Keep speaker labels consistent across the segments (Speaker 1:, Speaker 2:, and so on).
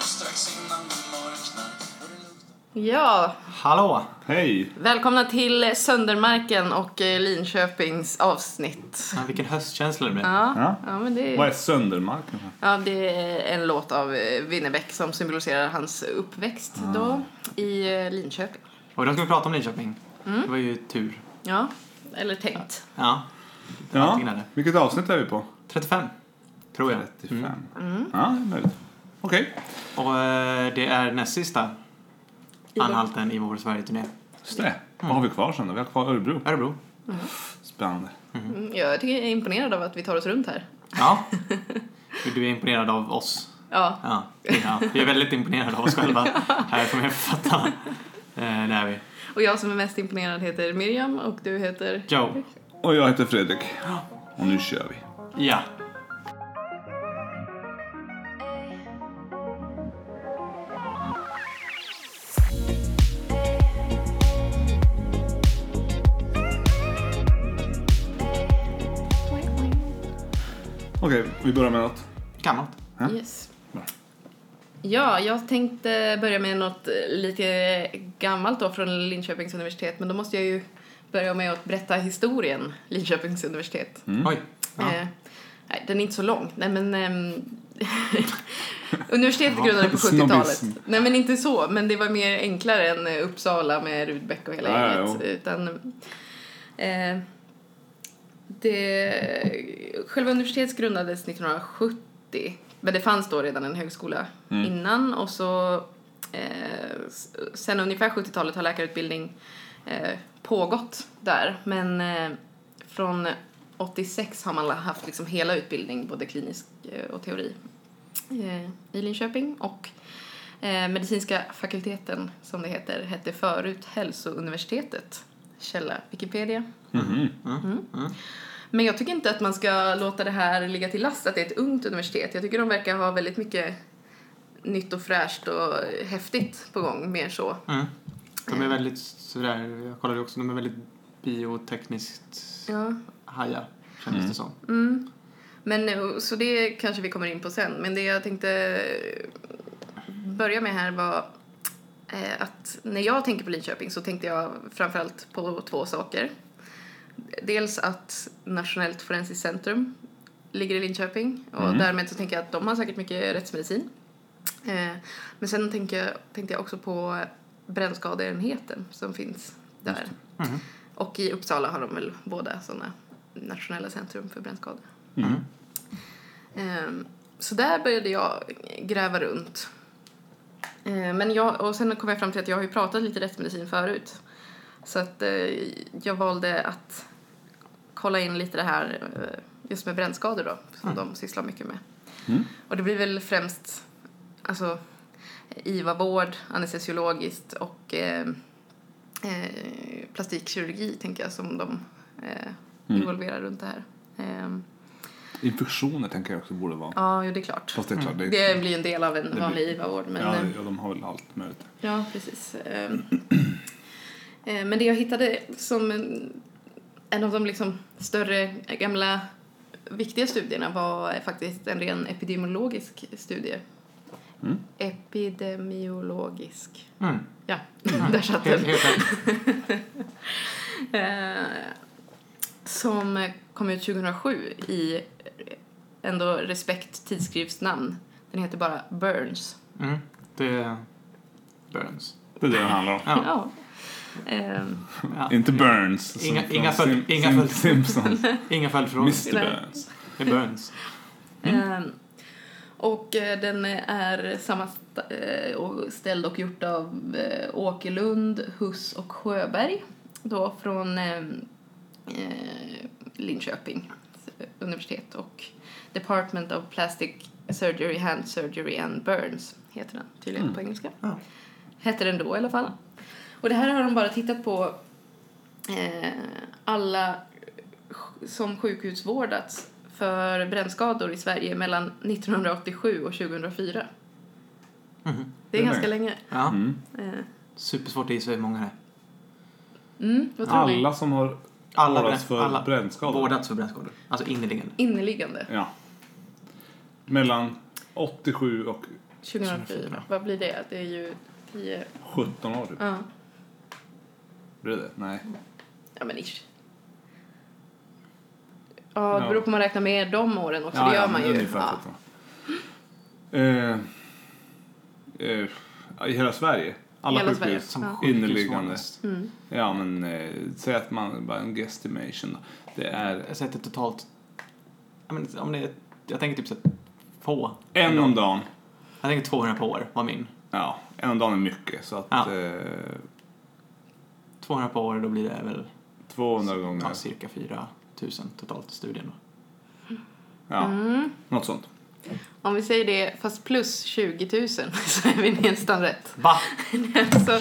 Speaker 1: strax innan det mörknar och det luktar
Speaker 2: Ja,
Speaker 3: Hallå!
Speaker 4: Hej!
Speaker 2: välkomna till Söndermarken och eh, Linköpings avsnitt.
Speaker 3: Ja, vilken höstkänsla det blev.
Speaker 2: Ja,
Speaker 4: Ja.
Speaker 2: ja, men det,
Speaker 4: Vad är
Speaker 2: är,
Speaker 4: Söndermarken?
Speaker 2: ja, det är en låt av eh, Winnerbäck som symboliserar hans uppväxt
Speaker 4: Mm.
Speaker 2: då i eh, Linköping.
Speaker 3: Och idag ska vi prata om Linköping.
Speaker 2: Mm.
Speaker 3: Det var ju tur.
Speaker 2: Ja, eller tänkt.
Speaker 3: Ja,
Speaker 4: Ja.
Speaker 3: antingen är det.
Speaker 4: Vilket avsnitt är vi på?
Speaker 3: 35. Tror jag. Mm.
Speaker 4: 35.
Speaker 2: Mm.
Speaker 4: Ja, det är möjligt. Okej.
Speaker 3: Och eh, det är näst sista anhalten i vår Sverige-turné.
Speaker 4: Just det. Vad har vi kvar sen då? Vi har kvar Örebro.
Speaker 3: Örebro.
Speaker 4: Spännande.
Speaker 2: Mm, Jag tycker jag är imponerad av att vi tar oss runt här.
Speaker 3: Ja. Du är imponerad av oss.
Speaker 2: Ja,
Speaker 3: Ja. ja. Vi är väldigt imponerade av oss själva. Här får man fatta. Eh, det är vi.
Speaker 2: och jag som är mest imponerad heter Miriam och du heter...
Speaker 3: Joe.
Speaker 4: Och jag heter Fredrik. Och nu kör vi.
Speaker 3: Ja.
Speaker 4: Okej, vi börjar med något.
Speaker 3: Gammalt.
Speaker 4: Ja.
Speaker 2: Yes.
Speaker 4: Bra.
Speaker 2: Ja, jag tänkte börja med något eh, lite gammalt då från Linköpings universitet men då måste jag ju börja med att berätta historien Linköpings universitet.
Speaker 3: Oj. Mm. Ja.
Speaker 2: Eh, nej, den är inte så lång. Nej, men, ehm, universitetet grundades på 70-talet.
Speaker 4: Snobbism.
Speaker 2: Nej, men inte så. Men det var mer enklare än eh, Uppsala med Rudbeck och hela
Speaker 4: Ja, ja,
Speaker 2: gänget.
Speaker 4: jo.
Speaker 2: Utan, eh, det, själva universitetet grundades 1970. Men det fanns då redan en högskola
Speaker 4: Mm.
Speaker 2: innan. Och så eh, s- sen ungefär 70-talet har läkarutbildning eh, pågått där. Men eh, från 86 har man haft liksom hela utbildning, både klinisk eh, och teori, eh, i Linköping. Och eh, medicinska fakulteten, som det heter, hette förut Hälsouniversitetet. Källa Wikipedia. Mm. Men jag tycker inte att man ska låta det här ligga till last att det är ett ungt universitet. Jag tycker de verkar ha väldigt mycket nytt och fräscht och häftigt på gång, mer så.
Speaker 3: Mm. De
Speaker 2: Eh.
Speaker 3: är väldigt sådär, jag kollade också, de är väldigt biotekniskt
Speaker 2: Ja.
Speaker 3: hajar, kändes det som.
Speaker 2: Men, eh, så det kanske vi kommer in på sen. Men det jag tänkte eh, börja med här var eh, att när jag tänker på Linköping så tänkte jag framförallt på två saker. Dels att Nationellt forensiskt centrum ligger i Linköping och därmed så tänker jag att de har säkert mycket rättsmedicin. Eh, Men sen tänker jag, tänkte jag också på brännskadeenheten som finns där. Och i Uppsala har de väl båda sådana nationella centrum för brännskador. Ehm, Så där började jag gräva runt. Ehm, Men jag, och sen kom jag fram till att jag har ju pratat lite rättsmedicin förut. Så att eh, jag valde att kolla in lite det här eh, just med brännskador då, som de sysslar mycket med. Och det blir väl främst alltså, IVA-vård, anestesiologiskt och eh, eh, plastikkirurgi tänker jag som de eh, involverar runt det här. Ehm,
Speaker 4: Infektioner tänker jag också borde vara.
Speaker 2: Ja, jo, det är klart.
Speaker 4: Fast det är klart, det,
Speaker 2: Det blir ju en del av en
Speaker 4: blir-
Speaker 2: vanlig IVA-vård. Men,
Speaker 4: ja,
Speaker 2: eh,
Speaker 4: ja, de har väl allt möjligt.
Speaker 2: Ja, precis. Ehm, eh, Men det jag hittade som en- en av de liksom större, eh, gamla, viktiga studierna var faktiskt en ren epidemiologisk studie. Epidemiologisk.
Speaker 3: Mm.
Speaker 2: Ja, där satt den.
Speaker 3: Helt, helt rätt.
Speaker 2: Eh, som kom ut 2007 i eh, ändå Respekt tidskriftsnamn. Den heter bara Burns.
Speaker 3: Mm. Det är Burns.
Speaker 4: Det är det det handlar om.
Speaker 3: Ja.
Speaker 2: Ja. Ehm,
Speaker 3: Ja.
Speaker 4: Inte Burns. som
Speaker 3: Inga-
Speaker 4: från
Speaker 3: inga följ-
Speaker 4: Sim-
Speaker 3: inga
Speaker 4: Sim-
Speaker 3: följ-
Speaker 4: Simpsons.
Speaker 3: Inga följdfrågor.
Speaker 4: Mr
Speaker 2: Nej.
Speaker 4: Burns.
Speaker 3: Det är Burns.
Speaker 2: Ehm, Och eh, den är sammansta- eh, och ställd och gjort av eh, Åkerlund, Huss och Sjöberg då från eh, eh, Linköping universitet och Department of Plastic Surgery, Hand Surgery and Burns heter den tydligen på engelska.
Speaker 3: Ja.
Speaker 2: Hette den då i alla fall. Och det här har de bara tittat på eh, alla sj- som sjukhusvårdats för brännskador i Sverige mellan 1987 och 2004.
Speaker 3: Mhm.
Speaker 2: Det är
Speaker 4: Det är
Speaker 2: ganska länge.
Speaker 3: Ja.
Speaker 4: Mm.
Speaker 2: Eh,
Speaker 3: Supersvårt att gissa hur många det är.
Speaker 2: Mm, vad tror ni?
Speaker 4: Alla som har
Speaker 3: Alla
Speaker 4: vårdats
Speaker 3: brän-
Speaker 4: för
Speaker 3: alla-
Speaker 4: brännskador.
Speaker 3: Vårdats för brännskador. Alltså inneliggande.
Speaker 2: Inneliggande.
Speaker 4: Ja. Mellan 87 och
Speaker 2: 2004.
Speaker 4: 2004.
Speaker 2: Vad blir det? Det är ju 10...
Speaker 4: 17 år typ.
Speaker 2: Ja,
Speaker 4: Blir det? Nej.
Speaker 2: ja men ish. Ja, det beror på om man räknar med de åren också. det gör man
Speaker 4: men
Speaker 2: ju.
Speaker 4: ungefär
Speaker 2: Ja.
Speaker 4: 17 år. Eh, eh, I hela Sverige? Alla
Speaker 2: Hela Sverige.
Speaker 4: sjukhus?
Speaker 3: Som
Speaker 2: Ja.
Speaker 3: sjukhus
Speaker 4: Inneliggande.
Speaker 3: vanligast.
Speaker 2: Mm.
Speaker 4: Ja, men eh, säg att man bara en guesstimation då. Det är
Speaker 3: Jag sätter totalt... Jag, men, om det är, jag tänker typ så här två.
Speaker 4: en om dagen.
Speaker 3: Jag tänker 200 per år var min.
Speaker 4: Ja, en om dagen är mycket så att
Speaker 3: Ja.
Speaker 4: eh,
Speaker 3: 200 per år, då blir det väl
Speaker 4: 200 gånger.
Speaker 3: ja, cirka 4 000 totalt i studien. Då.
Speaker 4: Ja,
Speaker 2: Mm.
Speaker 4: något sånt.
Speaker 2: Om vi säger det, fast plus 20 000 så är vi nästan rätt.
Speaker 3: Va?
Speaker 2: Så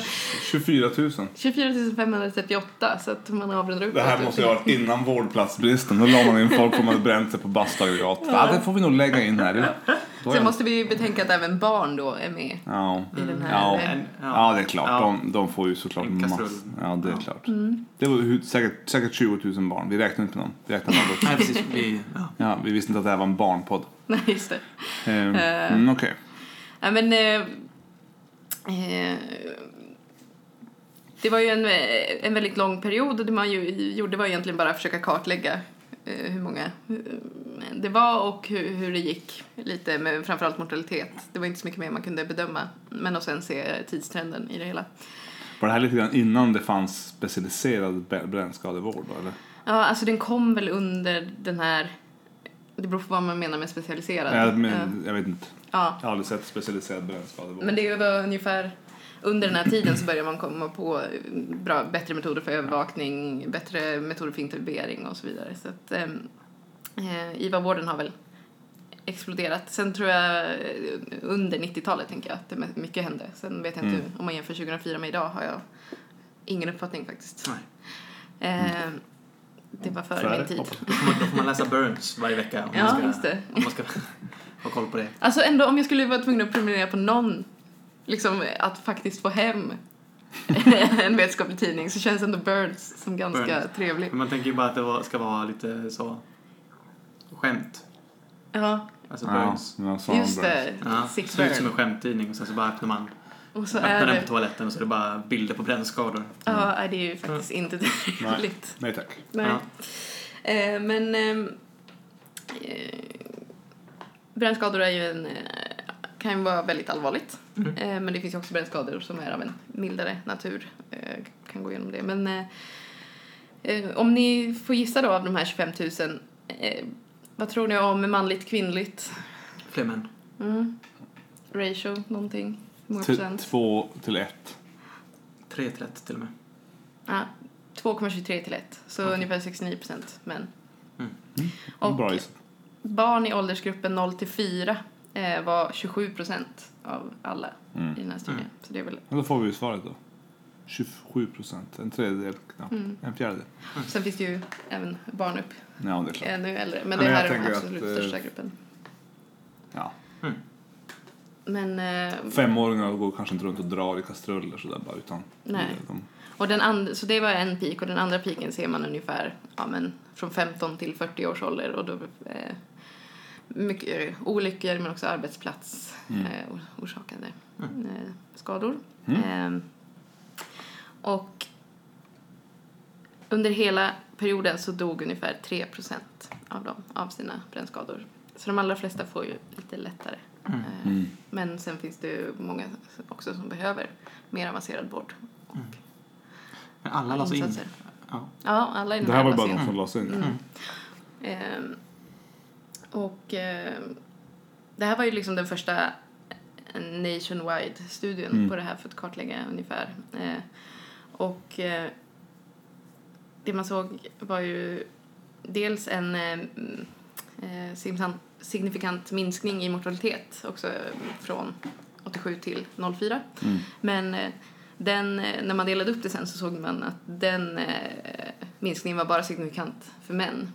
Speaker 4: 24 000.
Speaker 2: 24 538, så att man avrundar upp.
Speaker 4: Det här
Speaker 2: åt-
Speaker 4: måste ju ha varit innan vårdplatsbristen. Då la man in folk som hade bränt sig på bastuaggregat. Ja, det får vi nog lägga in här. Det- Då är
Speaker 2: Sen måste vi ju betänka att även barn då är med
Speaker 4: ja.
Speaker 2: i den här...
Speaker 4: Ja.
Speaker 2: eh,
Speaker 3: En,
Speaker 4: ja, det är klart.
Speaker 3: Ja.
Speaker 4: De, de får ju såklart
Speaker 3: En kastrull.
Speaker 4: massor. Ja, det är
Speaker 3: Ja.
Speaker 4: klart.
Speaker 2: Mm.
Speaker 4: Det var ju säkert, säkert 20 000 barn. Vi räknade inte med dem. Vi räknade med alla vuxna.
Speaker 3: Nej, precis. Vi, ja.
Speaker 4: Ja, vi visste inte att det här var en barnpodd.
Speaker 2: Nej, just det.
Speaker 4: Eh, mm, Okej.
Speaker 2: Ja, men... Eh, eh, det var ju en, eh, en väldigt lång period och det man ju gjorde var egentligen bara att försöka kartlägga eh, hur många eh, det var och hur, hur det gick lite med framförallt mortalitet. Det var inte så mycket mer man kunde bedöma men och sen se tidstrenden i det hela.
Speaker 4: Var det här lite grann innan det fanns specialiserad br- brännskadevård? då, Eller?
Speaker 2: Ja, alltså den kom väl under den här det beror på vad man menar med specialiserad.
Speaker 4: Jag,
Speaker 2: Eh,
Speaker 4: men, jag vet inte.
Speaker 2: ja.
Speaker 4: Jag har aldrig sett specialiserad brännskadevård.
Speaker 2: Men det var ungefär under den här tiden så började man komma på bra, bättre metoder för övervakning, bättre metoder för intubering och så vidare. Så att ehm, eh, IVA-vården har väl exploderat. Sen tror jag eh, under 90-talet tänker jag att det me- mycket hände. Sen vet jag inte
Speaker 4: Mm.
Speaker 2: hur- om man jämför 2004 med idag har jag ingen uppfattning faktiskt.
Speaker 3: Nej.
Speaker 2: Eh, det var före
Speaker 4: Före,
Speaker 2: min tid.
Speaker 4: hoppas
Speaker 3: Då, får man, då får man läsa Burns varje vecka om
Speaker 2: Ja,
Speaker 3: man ska,
Speaker 2: just det.
Speaker 3: Om man ska ha koll på det.
Speaker 2: Alltså ändå om jag skulle vara tvungen att prenumerera på någon, liksom att faktiskt få hem en vetenskaplig tidning så känns ändå Birds som ganska
Speaker 3: Birds.
Speaker 2: trevlig.
Speaker 3: Men man tänker ju bara att det var, ska vara lite så skämt.
Speaker 2: Ja,
Speaker 3: Alltså
Speaker 4: Ja,
Speaker 3: Burns.
Speaker 4: men jag sa
Speaker 2: just
Speaker 4: Burns.
Speaker 2: det.
Speaker 3: Ja,
Speaker 2: Sick
Speaker 3: ser ut som en
Speaker 2: Bird.
Speaker 3: skämttidning och sen så bara öppnar man
Speaker 2: Och så
Speaker 3: öppnar
Speaker 2: är
Speaker 3: den på
Speaker 2: det...
Speaker 3: toaletten och så är det bara bilder på brännskador.
Speaker 2: Ja, nej, det är ju faktiskt inte trevligt.
Speaker 4: Nej tack.
Speaker 2: Nej.
Speaker 3: Ja.
Speaker 2: Eh, men... ehm, Eh, brännskador är ju en, eh, kan ju vara väldigt allvarligt.
Speaker 3: Mm.
Speaker 2: Eh, men det finns ju också brännskador som är av en mildare natur. Eh, kan gå igenom det. Men eh, eh, om ni får gissa då av de här 25 000. Eh, vad tror ni om manligt kvinnligt?
Speaker 3: Fler män.
Speaker 2: Mm. Ratio någonting? Hur många
Speaker 3: Typ.
Speaker 4: Till-
Speaker 2: procent?
Speaker 4: Två till ett.
Speaker 3: 3 till 1 till och med.
Speaker 2: Ja, 2,23 till 1. Så
Speaker 3: Okej.
Speaker 2: ungefär 69 procent män.
Speaker 3: Mm.
Speaker 2: Och
Speaker 4: Bra gissat.
Speaker 2: barn i åldersgruppen 0 till 4 eh, var 27 procent av alla
Speaker 4: Mm.
Speaker 2: i den här studien.
Speaker 3: Mm.
Speaker 2: Så det är väl
Speaker 4: Men då får vi ju svaret då. 27 procent. En tredjedel knappt.
Speaker 2: Mm.
Speaker 4: En fjärdedel.
Speaker 2: Sen finns det ju även barn upp
Speaker 4: Ja, det är klart.
Speaker 2: ännu äldre. Men
Speaker 4: Men
Speaker 2: det
Speaker 4: jag
Speaker 2: här är den
Speaker 4: tänker
Speaker 2: absolut
Speaker 4: att, eh,
Speaker 2: största gruppen.
Speaker 4: Ja.
Speaker 2: Men, eh,
Speaker 4: Femåringar går kanske inte runt och drar i kastruller sådär bara utan.
Speaker 2: Nej.
Speaker 4: De,
Speaker 2: och den and- så det var en peak och den andra piken ser man ungefär ja, men, från 15 till 40 års ålder. Och då, eh, mycket eh, olyckor men också arbetsplats
Speaker 4: Mm.
Speaker 2: eh, or- orsakade eh, skador.
Speaker 4: Mm.
Speaker 2: Eh, och under hela perioden så dog ungefär 3 av dem av sina brännskador. Så de allra flesta får ju lite lättare. Eh,
Speaker 4: Mm.
Speaker 2: Men sen finns det ju många också som behöver mer avancerad vård. och
Speaker 3: Men alla lades in.
Speaker 2: insatser.
Speaker 3: Ja.
Speaker 2: Ja, alla i den
Speaker 4: Det här var ju bara
Speaker 2: basen.
Speaker 4: de som lades in.
Speaker 2: Mm. Ehm, och ehm, det här var ju liksom den första nationwide studien
Speaker 4: Mm.
Speaker 2: på det här för att kartlägga ungefär. Eh, och eh, det man såg var ju dels en eh, mm, eh, signifikant- signifikant minskning i mortalitet också eh, från 87 till 04.
Speaker 4: Mm.
Speaker 2: Men eh, den, eh, när man delade upp det sen så såg man att den eh, minskningen var bara signifikant för män.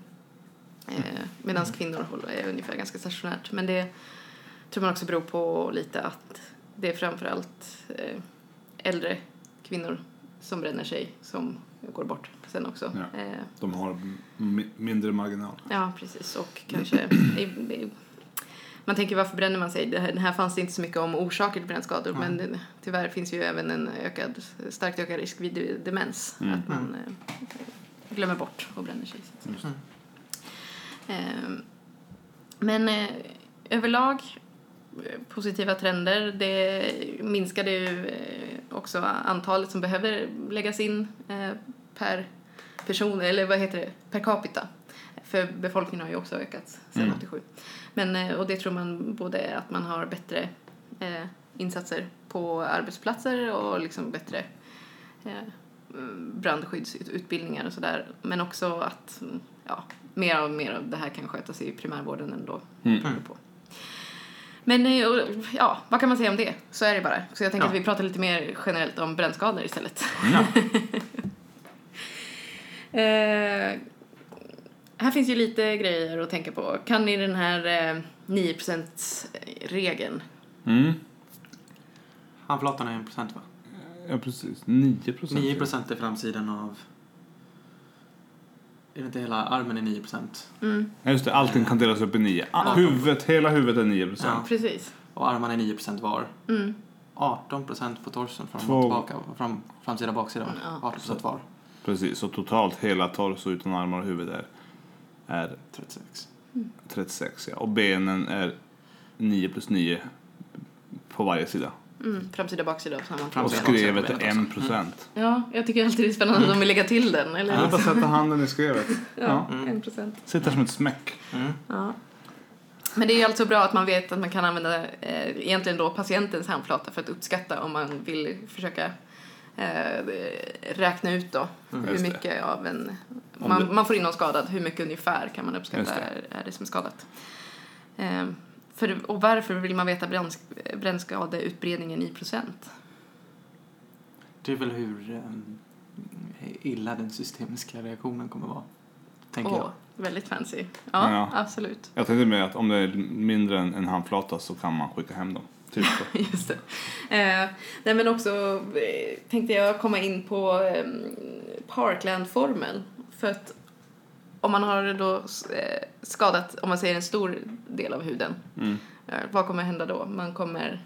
Speaker 2: Eh, Medan kvinnor håller- är ungefär ganska stationärt. Men det tror man också beror på lite att det är framförallt eh, äldre kvinnor som bränner sig som går bort sen också.
Speaker 4: Ja.
Speaker 2: Eh,
Speaker 4: De har m- mindre marginal.
Speaker 2: ja precis. Och kanske i, i, man tänker varför bränner man sig? Det här, det här fanns det inte så mycket om orsaker till brännskador
Speaker 3: Mm.
Speaker 2: men eh, tyvärr finns ju även en ökad, starkt ökad risk vid demens.
Speaker 4: Mm.
Speaker 2: Att man eh, glömmer bort och bränner sig. Så att säga.
Speaker 4: Just
Speaker 3: det.
Speaker 2: Ehm, men eh, överlag eh, positiva trender. Det minskade ju eh, också antalet som behöver läggas in eh, per person, eller vad heter det, per capita. För befolkningen har ju också ökat sedan
Speaker 4: Mm.
Speaker 2: 87. Men, eh, och det tror man både att man har bättre eh, insatser på arbetsplatser och liksom bättre eh, brandskyddsutbildningar och sådär. Men också att mm, ja, mer och mer av det här kan skötas i primärvården ändå.
Speaker 4: Mm.
Speaker 2: håller På. Men eh, och, ja, vad kan man säga om det? Så är det bara. Så jag tänker
Speaker 3: Ja.
Speaker 2: att vi pratar lite mer generellt om brännskador istället. Eh, här finns ju lite grejer att tänka på. Kan ni den här eh, 9%-regeln?
Speaker 4: Mm.
Speaker 3: Handflatan är 1% va?
Speaker 4: Ja, precis. 9 procent.
Speaker 3: 9% är framsidan av... Är det inte hela armen är 9%?
Speaker 2: Mm,
Speaker 4: Ja, just det. Allting kan delas upp i 9.
Speaker 2: Ja.
Speaker 4: Huvudet, hela huvudet är 9 procent.
Speaker 3: Ja.
Speaker 2: precis.
Speaker 3: Och armarna är 9% var.
Speaker 2: Mm.
Speaker 3: 18% på torsen fram
Speaker 4: Två.
Speaker 3: och tillbaka. Fram, framsida och baksida. va?
Speaker 2: Ja.
Speaker 3: 18% var.
Speaker 4: Precis. Så totalt hela tors och utan armar och huvud är, är
Speaker 3: 36.
Speaker 4: 36. Ja. Och benen är 9 plus 9 på varje sida.
Speaker 2: Mm. Framsida, baksida och samma.
Speaker 3: Fram-
Speaker 4: Och
Speaker 3: Framsida,
Speaker 4: skrevet
Speaker 3: baksida,
Speaker 4: är 1 procent.
Speaker 2: Ja, jag tycker alltid det är spännande
Speaker 4: Mm.
Speaker 2: att de vill lägga till den. Eller?
Speaker 4: Jag vill bara sätta handen i skrevet. Ja.
Speaker 3: Mm.
Speaker 2: en procent.
Speaker 4: Sitter som ett smäck.
Speaker 3: Mm.
Speaker 2: Ja. Men det är ju alltså bra att man vet att man kan använda eh, egentligen då patientens handflata för att uppskatta om man vill försöka eh, räkna ut då hur
Speaker 4: Just det.
Speaker 2: mycket av en...
Speaker 4: Om
Speaker 2: Man,
Speaker 4: det-
Speaker 2: man får in någon skadad, hur mycket ungefär kan man uppskatta
Speaker 4: Just det.
Speaker 2: är, är det som är skadat. Ehm, för, och varför vill man veta bränns- brännskadeutbredningen i procent?
Speaker 3: Det är väl hur ehm, illa den systemiska reaktionen kommer vara. Tänker
Speaker 2: Åh,
Speaker 3: jag.
Speaker 2: väldigt fancy. Ja,
Speaker 4: Ja.
Speaker 2: absolut.
Speaker 4: Jag tänkte mer att om det är mindre än en handflata så kan man skicka hem dem. Typ så.
Speaker 2: Just det. Eh, nej men också eh, tänkte jag komma in på eh, Parkland-formeln. För att om man har då eh, skadat, om man säger en stor del av huden,
Speaker 4: Mm.
Speaker 2: eh, vad kommer hända då? Man kommer,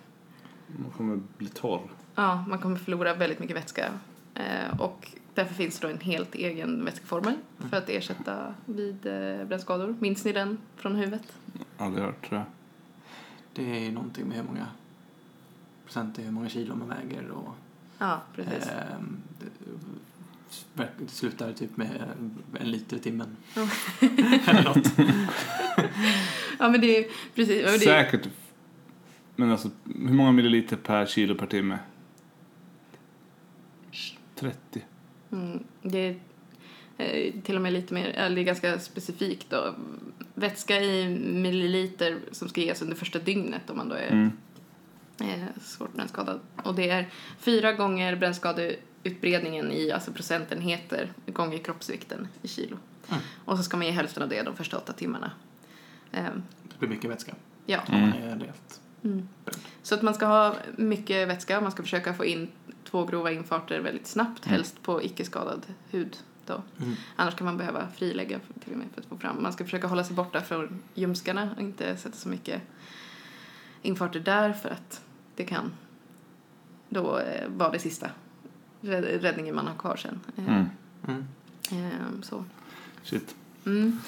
Speaker 4: Man kommer bli torr.
Speaker 2: ja, man kommer förlora väldigt mycket vätska. Eh, och därför finns det då en helt egen vätskeformel
Speaker 3: Mm.
Speaker 2: för att ersätta vid eh, brännskador. Minns ni den från huvudet?
Speaker 4: Aldrig hört tror jag.
Speaker 3: Det är ju någonting med hur många procent det är, hur många kilo man väger och
Speaker 2: Ja, precis.
Speaker 3: ehm, det, verk- det slutar typ med en liter i timmen.
Speaker 2: Ja.
Speaker 3: Eller något.
Speaker 2: Ja, men det är precis. och Det,
Speaker 4: Säkert. Men alltså, hur många milliliter per kilo per timme? 30.
Speaker 2: Mm, det är eh, till och med lite mer, eller det är ganska specifikt då. Vätska i milliliter som ska ges under första dygnet om man då är
Speaker 4: Mm.
Speaker 2: eh, svårt brännskadad. Och det är fyra gånger brännskadeutbredningen i alltså procentenheter gånger kroppsvikten i kilo.
Speaker 3: Mm.
Speaker 2: Och så ska man ge hälften av det de första åtta timmarna. Eh,
Speaker 3: Det blir mycket vätska.
Speaker 2: ja.
Speaker 4: Mm.
Speaker 3: Det är rejält.
Speaker 2: Mm. Så att man ska ha mycket vätska och man ska försöka få in två grova infarter väldigt snabbt,
Speaker 4: Mm.
Speaker 2: helst på icke-skadad hud. Då.
Speaker 3: Mm.
Speaker 2: Annars kan man behöva frilägga för, till och med för att få fram. Man ska försöka hålla sig borta från ljumskarna och inte sätta så mycket infarter där för att det kan då eh, vara det sista räd- räddningen man har kvar sen. Eh,
Speaker 4: Mm.
Speaker 3: Mm.
Speaker 2: eh, så.
Speaker 4: Shit.
Speaker 2: Mm.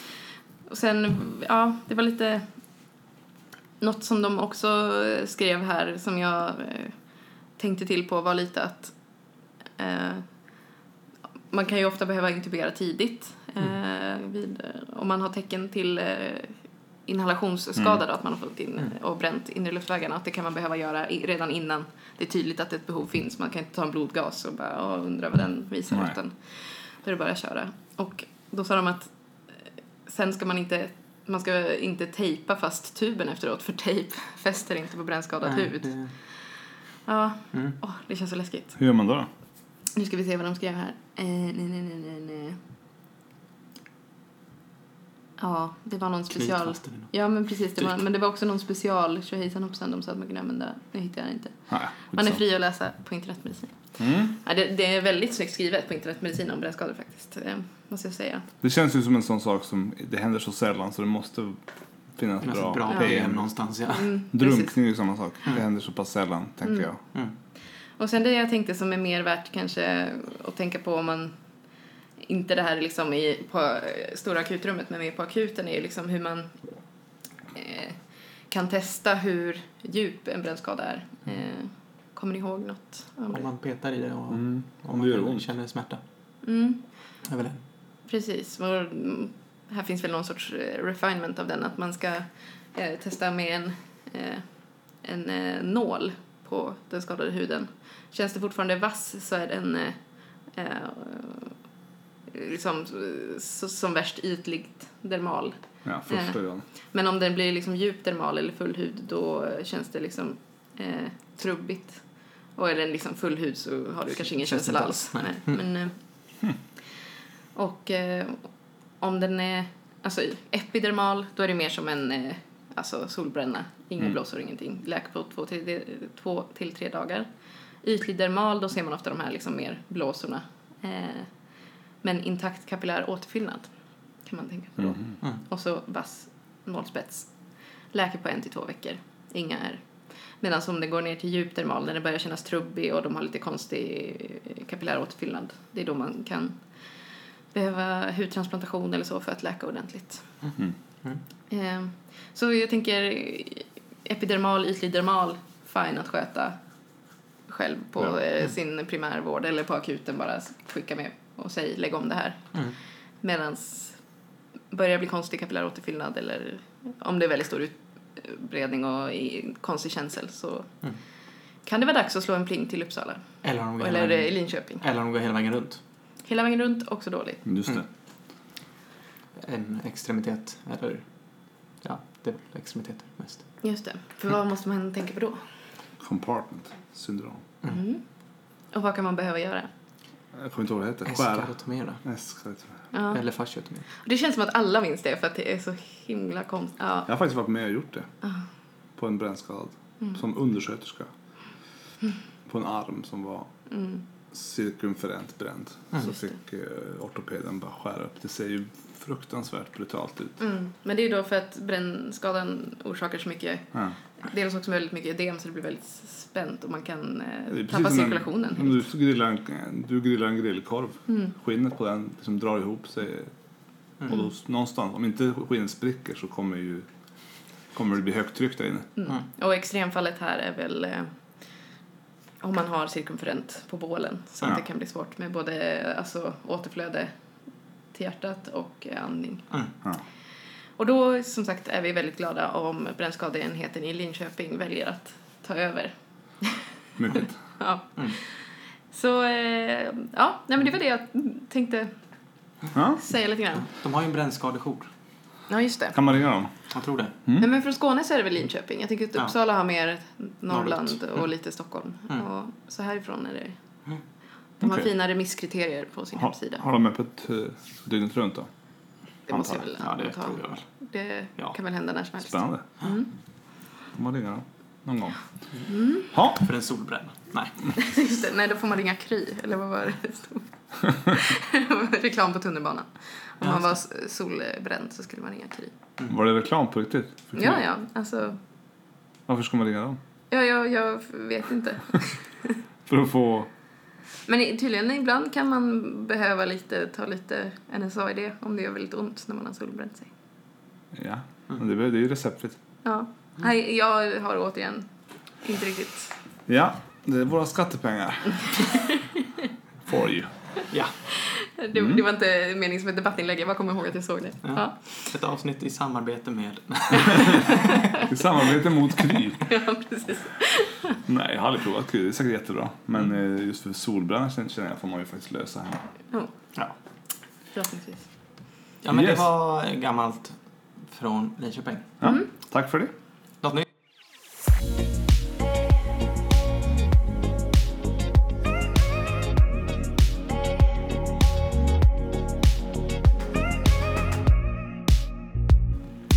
Speaker 2: Och sen, ja, det var lite... Något som de också eh, skrev här som jag eh, tänkte till på var lite att eh, man kan ju ofta behöva intubera tidigt
Speaker 3: Mm.
Speaker 2: eh, vid, om man har tecken till eh, inhalationsskada då, att man har fått in
Speaker 3: Mm.
Speaker 2: och bränt inre luftvägarna att det kan man behöva göra i, redan innan det är tydligt att ett behov finns. Man kan inte ta en blodgas och bara "Åh, undra vad den visar
Speaker 4: Nej.
Speaker 2: utan då är det bara att köra. Och då sa de att eh, sen ska man inte man ska inte tejpa fast tuben efteråt för tejp fäster inte på brännskadad
Speaker 3: Nej,
Speaker 2: hud.
Speaker 3: det-
Speaker 2: Ja,
Speaker 3: Mm.
Speaker 2: åh, det känns så läskigt.
Speaker 4: Hur gör man då? Ah,
Speaker 2: Nu ska vi se vad de skrev här. Eh, nej, nej, nej, nej, nej. Ja, det var någon special...
Speaker 3: Knytfast eller något.
Speaker 2: Ja, men precis. Det var,
Speaker 3: Typ.
Speaker 2: men det var också någon special tjohejsan hoppsan de sa att man kunde använda. Det hittade jag inte.
Speaker 4: Nej,
Speaker 2: Man är
Speaker 4: skitsamma.
Speaker 2: fri att läsa på internetmedicin.
Speaker 4: Mm.
Speaker 2: Ja, det, det är väldigt snyggt skrivet på internetmedicin om brännskador faktiskt. Eh, måste jag säga.
Speaker 4: Det känns ju som en sån sak som det händer så sällan så det måste
Speaker 3: finnas
Speaker 4: finnas bra,
Speaker 3: ett bra
Speaker 2: Ja.
Speaker 3: problem
Speaker 4: PM.
Speaker 3: någonstans. Ja.
Speaker 2: Mm, precis.
Speaker 4: Drunkning är ju samma sak. Det händer så pass sällan, tänker
Speaker 2: Mm.
Speaker 4: jag.
Speaker 3: Mm.
Speaker 2: Och sen det jag tänkte som är mer värt kanske att tänka på om man inte det här är liksom i, på eh, stora akutrummet men mer på akuten är ju liksom hur man eh, kan testa hur djup en brännskada är. Eh, kommer ni ihåg något om
Speaker 3: Om
Speaker 2: det?
Speaker 3: man petar i det och
Speaker 4: Om
Speaker 3: om
Speaker 4: Mm. det gör
Speaker 3: man
Speaker 4: ont.
Speaker 3: känner smärta.
Speaker 2: Mm,
Speaker 3: Det är väl det.
Speaker 2: precis. Och, mm, här finns väl någon sorts eh, refinement av den att man ska eh, testa med en, eh, en eh, nål på den skadade huden. Känns det fortfarande vass så är den eh, eh, liksom eh, så, som värst ytligt dermal.
Speaker 4: Ja, första gången.
Speaker 2: Men om den blir liksom djup dermal eller full hud då känns det liksom eh, trubbigt. Och är den liksom full hud så har du kanske ingen
Speaker 3: Känns
Speaker 2: känsla
Speaker 3: inte
Speaker 2: alls.
Speaker 3: alls,
Speaker 2: Nej. Men, eh, och eh, om den är alltså, epidermal då är det mer som en eh, alltså, solbränna. Inga
Speaker 4: Mm.
Speaker 2: blåsor, ingenting. Läk på två till, eh, två till tre dagar. Ytlig dermal då ser man ofta de här liksom mer blåsorna. Eh, men intakt kapillär återfyllnad kan man tänka på då.
Speaker 4: Mhm.
Speaker 2: Och så vass nålspets. Läker på en till två veckor. Inga är. Medan om det går ner till djup dermal, när det börjar kännas trubbig och de har lite konstig eh, kapillär återfyllnad, det är då man kan behöva hudtransplantation eller så för att läka ordentligt.
Speaker 4: Mm.
Speaker 3: Mm.
Speaker 2: Eh, Så jag tänker eh, epidermal, ytlig dermal, fine att sköta själv på
Speaker 4: Ja.
Speaker 2: eh, sin primärvård eller på akuten bara skicka med och säg lägg om det här.
Speaker 3: Mm.
Speaker 2: Medan börjar bli konstig kapillär återfyllnad eller om det är väldigt stor utbredning och i konstig känsel så
Speaker 3: Mm.
Speaker 2: kan det vara dags att slå en pling till Uppsala
Speaker 3: Eller om de går, hela
Speaker 2: eller eh,
Speaker 3: vägen,
Speaker 2: Linköping.
Speaker 3: eller om de går hela vägen runt.
Speaker 2: Hela vägen runt, också dåligt.
Speaker 4: Mm. Just det.
Speaker 3: En extremitet eller ja, det är väl extremiteter mest.
Speaker 2: Just det. För vad måste man tänka på då?
Speaker 4: Compartment syndrom.
Speaker 3: Mm.
Speaker 2: Mm. Och vad kan man behöva göra?
Speaker 4: Jag kommer inte ihåg vad det heter. Skära.
Speaker 3: Eskarotomera.
Speaker 4: Eskarotomera.
Speaker 2: Ja.
Speaker 3: Eller fasciotomera.
Speaker 2: Det känns som att alla minns det för att det är så himla konstigt. Ja.
Speaker 4: Jag har faktiskt varit med och gjort det.
Speaker 2: Ah.
Speaker 4: På en brännskadad.
Speaker 2: Mm.
Speaker 4: Som undersköterska. På en arm som var
Speaker 2: Mm.
Speaker 4: cirkumferent bränd.
Speaker 3: Mm.
Speaker 4: Så
Speaker 2: Just det.
Speaker 4: fick eh, ortopeden bara skära upp. Det ser ju fruktansvärt brutalt ut.
Speaker 2: Mm. Men det är ju då för att brännskadan orsakar så mycket,
Speaker 4: Ja.
Speaker 2: dels också väldigt mycket ödem så det blir väldigt spänt och man kan eh,
Speaker 4: Det är precis
Speaker 2: tappa
Speaker 4: som en-
Speaker 2: cirkulationen.
Speaker 4: Om du grillar en, du grillar en grillkorv.
Speaker 2: Mm.
Speaker 4: Skinnet på den liksom drar ihop sig. Och då, någonstans, om inte skinnet spricker så kommer ju kommer det bli högt tryck där inne.
Speaker 2: Mm.
Speaker 3: Mm.
Speaker 2: Och extremfallet här är väl eh, om man har cirkumferent på bålen så
Speaker 4: Ja.
Speaker 2: att det kan bli svårt med både eh, alltså, återflöde till hjärtat och eh, andning.
Speaker 3: Mm.
Speaker 4: Ja.
Speaker 2: Och då som sagt är vi väldigt glada om brännskadeenheten i Linköping väljer att ta över.
Speaker 4: Mycket.
Speaker 2: Ja.
Speaker 3: Mm.
Speaker 2: Så eh, ja, nej men det var det jag tänkte
Speaker 4: Ja.
Speaker 2: säga lite grann.
Speaker 3: De har ju en brännskadejour.
Speaker 2: Ja, just det.
Speaker 4: Kan man ringa dem?
Speaker 3: Jag tror det.
Speaker 2: Nej, men från Skåne så är det väl Linköping. Jag tycker att
Speaker 3: Mm. Ja.
Speaker 2: Uppsala har mer Norrland
Speaker 3: Norrut. Mm.
Speaker 2: och lite Stockholm.
Speaker 3: Mm.
Speaker 2: Och så härifrån är det...
Speaker 3: Mm.
Speaker 2: De har
Speaker 4: Okej.
Speaker 2: fina remisskriterier på sin
Speaker 4: Ha,
Speaker 2: hemsida.
Speaker 4: har de öppet eh, dygnet runt då?
Speaker 2: Det måste jag
Speaker 4: antar
Speaker 2: väl
Speaker 3: Ja, det
Speaker 2: anta.
Speaker 3: tror jag väl.
Speaker 2: Det
Speaker 3: Ja.
Speaker 2: kan väl hända när som helst.
Speaker 4: Spännande.
Speaker 2: Mm.
Speaker 4: Får man ringa dem någon gång? Ja,
Speaker 3: För en solbränna. Nej.
Speaker 2: Just det. Nej, då får man ringa Kry, eller vad var det stod? Reklam på tunnelbanan. Om
Speaker 3: Ja,
Speaker 2: man var s- solbränd så skulle man ringa Kry.
Speaker 4: var det reklam på riktigt? För
Speaker 2: Ja,
Speaker 4: kul.
Speaker 2: ja, alltså...
Speaker 4: Varför ska man ringa dem?
Speaker 2: Ja, jag, jag vet inte.
Speaker 4: För att få...
Speaker 2: Men i- tydligen ibland kan man behöva lite, ta lite NSAID om det gör väldigt ont när man har solbränt sig.
Speaker 4: Ja,
Speaker 2: Mm.
Speaker 4: men det, är- det är ju receptfritt.
Speaker 2: Ja. Nej, jag har återigen inte riktigt...
Speaker 4: Ja, det är våra skattepengar. For you.
Speaker 3: Ja,
Speaker 2: Det,
Speaker 4: Mm.
Speaker 2: det var inte meningen som ett debattinlägg, jag bara kommer ihåg att jag såg det.
Speaker 3: Ja.
Speaker 2: Ja,
Speaker 3: ett avsnitt i samarbete med...
Speaker 4: I samarbete mot Kry.
Speaker 2: ja precis.
Speaker 4: Nej, jag har aldrig provat Kry. Det är säkert jättebra. Men eh, just för solbranschen känner jag får man ju faktiskt lösa hemma.
Speaker 2: Ja,
Speaker 3: Ja,
Speaker 2: förhoppningsvis.
Speaker 3: ja men
Speaker 4: Yes.
Speaker 3: det var gammalt från Linköping.
Speaker 4: Ja, Tack för det.
Speaker 3: Något nytt?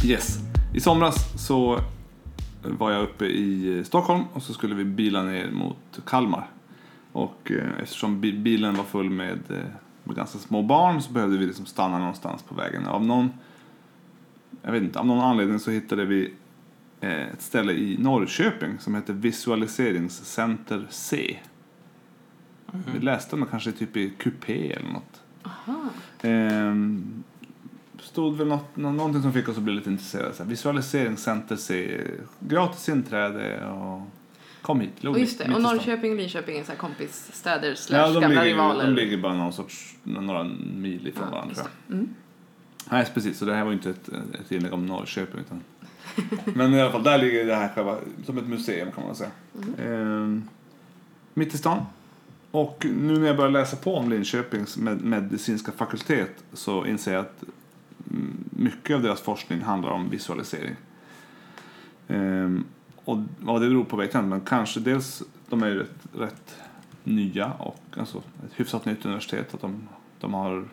Speaker 4: Yes. I somras så var jag uppe i eh, Stockholm och så skulle vi bila ner mot Kalmar. Och eh, eftersom bi- bilen var full med, eh, med ganska små barn så behövde vi liksom stanna någonstans på vägen. Av någon jag vet inte, av någon anledning så hittade vi eh, ett ställe i Norrköping som heter Visualiseringscenter C.
Speaker 2: Mm.
Speaker 4: Vi
Speaker 3: Mm.
Speaker 4: läste om det kanske typ i kupé eller något.
Speaker 2: Aha.
Speaker 4: Ehm, stod väl något, nå- någonting som fick oss att bli lite intresserade. Så här, Visualiseringscenter C, gratis inträde och kom hit. låg
Speaker 2: Och just
Speaker 4: mitt
Speaker 2: det,
Speaker 4: i
Speaker 2: och
Speaker 4: stan.
Speaker 2: Norrköping och Linköping är så här kompisstäder slash
Speaker 4: Ja, de
Speaker 2: gamla
Speaker 4: ligger,
Speaker 2: rivaler.
Speaker 4: de ligger bara någon sorts, några mil ifrån
Speaker 2: Ja,
Speaker 4: varandra.
Speaker 2: just Mm.
Speaker 4: tror jag. Nej, precis. Så det här var ju inte ett, ett inlägg om Norrköping. Utan... Men i alla fall, där ligger det här själva, som ett museum kan man säga.
Speaker 2: Mm.
Speaker 4: Ehm, mitt i stan. Och nu när jag börjar läsa på om Linköpings med, medicinska fakultet så inser jag att mm, mycket av deras forskning handlar om visualisering. Ehm, och vad det beror på vet jag inte, men kanske dels de är ju rätt, rätt nya och alltså, ett hyfsat nytt universitet. Att de, de har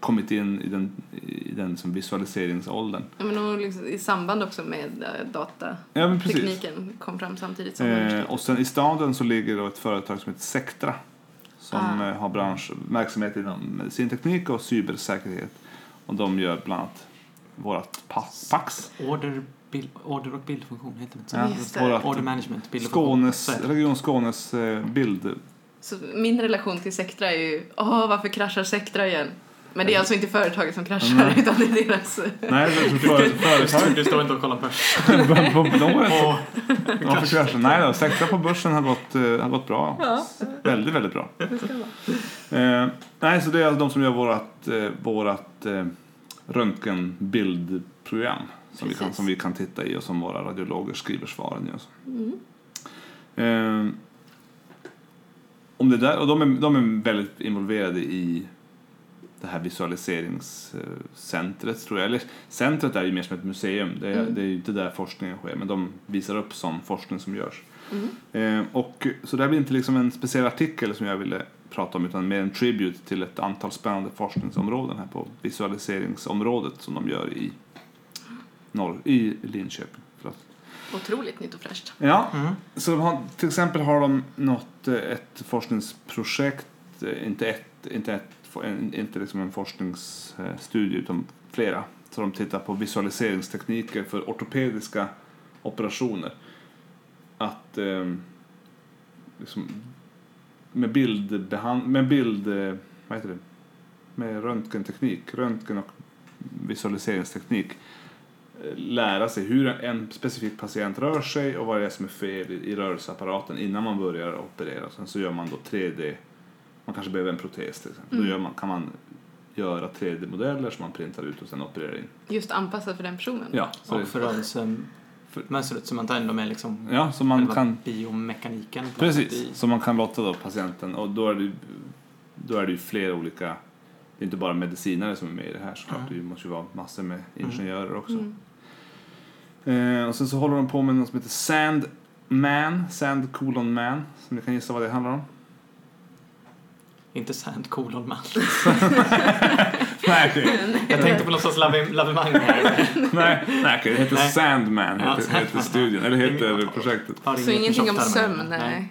Speaker 4: kommit in i den, i den som visualiseringsåldern.
Speaker 2: Ja, men och liksom, I samband också med eh, datatekniken
Speaker 4: Ja, men precis.
Speaker 2: kom fram samtidigt som
Speaker 4: Eh,
Speaker 2: universitetet.
Speaker 4: och sen i staden så ligger då ett företag som heter Sectra som
Speaker 2: Ah.
Speaker 4: eh, har bransch, verksamhet inom medicinteknik och cybersäkerhet. Och de gör bland annat vårat pass, Pax.
Speaker 3: Order, bild, order och bildfunktion heter det inte så?
Speaker 4: Ja,
Speaker 2: Just det.
Speaker 4: vårat
Speaker 3: Order management, bild och
Speaker 4: Mm. Skånes,
Speaker 3: funktion. Så är det.
Speaker 4: Region Skånes eh, bild.
Speaker 2: Så min relation till Sectra är ju, åh varför kraschar Sectra igen? Men det är alltså inte företaget som kraschar
Speaker 4: Eh. Nej.
Speaker 2: utan det är deras...
Speaker 4: Nej, det är för, företag.
Speaker 3: Du står inte och kollar på
Speaker 4: de var rätt
Speaker 3: Åh,
Speaker 4: Ja, för kraschen. Nej då, Sectra på börsen har gått, eh, har gått bra.
Speaker 2: Ja.
Speaker 4: Väldigt, väldigt bra.
Speaker 2: Det ska vara.
Speaker 4: Eh, nej, så det är alltså de som gör vårat, eh, vårat eh, röntgenbildprogram som vi, kan,
Speaker 2: Precis.
Speaker 4: som vi kan titta i och som våra radiologer skriver svaren i. och så.
Speaker 2: Mm.
Speaker 4: Eh, om det där, och de är, de är väldigt involverade i det här visualiseringscentret tror jag. Eller centret är ju mer som ett museum. Det är,
Speaker 2: Mm.
Speaker 4: det är ju inte där forskningen sker men de visar upp sån forskning som görs.
Speaker 2: Mm.
Speaker 4: Eh, och, så det här blir inte liksom en speciell artikel som jag ville prata om utan mer en tribute till ett antal spännande forskningsområden här på visualiseringsområdet som de gör i, norr, i Linköping. Förlåt.
Speaker 2: Otroligt nytt och fräscht.
Speaker 4: Ja,
Speaker 3: Mm.
Speaker 4: så de har, till exempel har de något, eh, ett forskningsprojekt, eh, inte, ett, inte, ett, fo- en- inte liksom en forskningsstudie utan flera. Så de tittar på visualiseringstekniker för ortopediska operationer. Att eh, liksom, med bildbehand, med bild, eh, vad heter det? Med röntgenteknik, röntgen och visualiseringsteknik eh, lära sig hur en specifik patient rör sig och vad det är som är fel i i rörelseapparaten innan man börjar operera. Sen så gör man då 3D, man kanske behöver en protes till exempel. Då
Speaker 2: Mm.
Speaker 4: gör man, kan man göra 3D-modeller som man printar ut och sen opererar in.
Speaker 2: Just anpassad för den personen.
Speaker 4: Ja, så,
Speaker 3: Och
Speaker 4: det,
Speaker 3: för rörelsemönstret som man tar ändå med liksom
Speaker 4: ja, så man
Speaker 3: själva
Speaker 4: kan
Speaker 3: biomekaniken. på något sätt
Speaker 4: Precis,
Speaker 3: i-
Speaker 4: så man kan låta då patienten och då är det, ju- då är det ju flera olika det är inte bara medicinare som är med i det här såklart.
Speaker 3: Mm.
Speaker 4: Det måste ju vara massor med ingenjörer också.
Speaker 2: Mm.
Speaker 3: Mm.
Speaker 4: Eh, och sen så håller de på med något som heter Sandman, Sand colon man, som ni kan gissa vad det handlar om.
Speaker 3: Inte sand kolon man.
Speaker 4: nej, okej.
Speaker 3: Jag tänkte på någon sorts lavem- lavemang här.
Speaker 4: nej, nej, okej. det heter
Speaker 3: Nej.
Speaker 4: Sandman,
Speaker 3: Ja,
Speaker 4: heter, heter
Speaker 3: Sandman.
Speaker 4: studion, eller heter projektet.
Speaker 3: Har
Speaker 2: Så
Speaker 3: ingen
Speaker 2: ingenting om
Speaker 3: förtjockt term här.
Speaker 2: sömn, nej.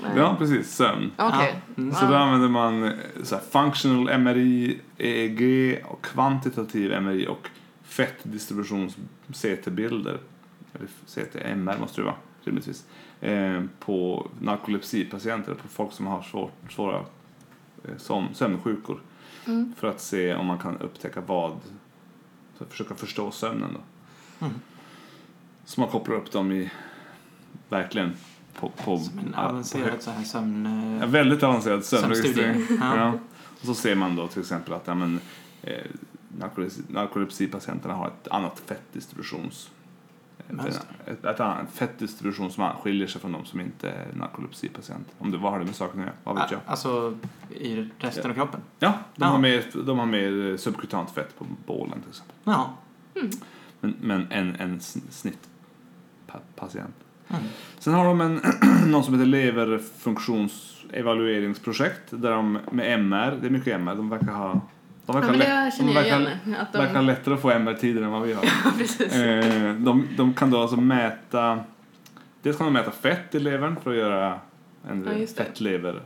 Speaker 2: nej.
Speaker 4: Ja, precis, sömn.
Speaker 2: Okej.
Speaker 3: Ja, mm.
Speaker 4: Så då
Speaker 2: Ah.
Speaker 4: använder man eh, så här, functional MRI, EEG E och kvantitativ MRI och fettdistributions CT-bilder. Eller CT-MR måste det vara, rimligtvis. Eh, på narkolepsipatienter, på folk som har svårt, svåra eh, som, sömnsjukor.
Speaker 2: Mm.
Speaker 4: För att se om man kan upptäcka vad, så att försöka förstå sömnen då.
Speaker 3: Mm.
Speaker 4: Så man kopplar upp dem i, verkligen, på, på,
Speaker 3: Som en
Speaker 4: ja, på hög-
Speaker 3: avancerad så här sömn... eh,
Speaker 4: Ja, väldigt avancerad sömnregistrering.
Speaker 3: Sömnstudie.
Speaker 4: Ja.
Speaker 3: Ja.
Speaker 4: Och så ser man då till exempel att ja, men, eh, narkolepsi- narkolepsipatienterna har ett annat fettdistributions...
Speaker 3: Mönster.
Speaker 4: Ett, ett, ett annat fettdistribution som skiljer sig från de som inte är narkolepsipatienter. Om det, vad har det med saken att göra? Vad vet jag?
Speaker 3: Ah, Alltså i resten av kroppen?
Speaker 4: Ja, de
Speaker 3: Ja.
Speaker 4: har mer, de har mer eh, subkutant fett på bålen till exempel.
Speaker 3: Ja.
Speaker 4: Men, men en, en sn- snittpatient.
Speaker 3: Mm.
Speaker 4: Sen har de en, någon som heter leverfunktionsevalueringsprojekt där de med MR, det är mycket MR, de verkar ha... De
Speaker 2: Ja,
Speaker 4: verkar,
Speaker 2: men
Speaker 4: lätt-
Speaker 2: det känner
Speaker 4: de
Speaker 2: jag
Speaker 4: verkar,
Speaker 2: igen. Att
Speaker 4: verkar
Speaker 2: de...
Speaker 4: lättare att få MR-tider än vad vi har.
Speaker 2: Ja, precis.
Speaker 4: Eh, de, de kan då alltså mäta... Dels kan de mäta fett i levern för att göra en
Speaker 2: Ja, just det.
Speaker 4: fettlever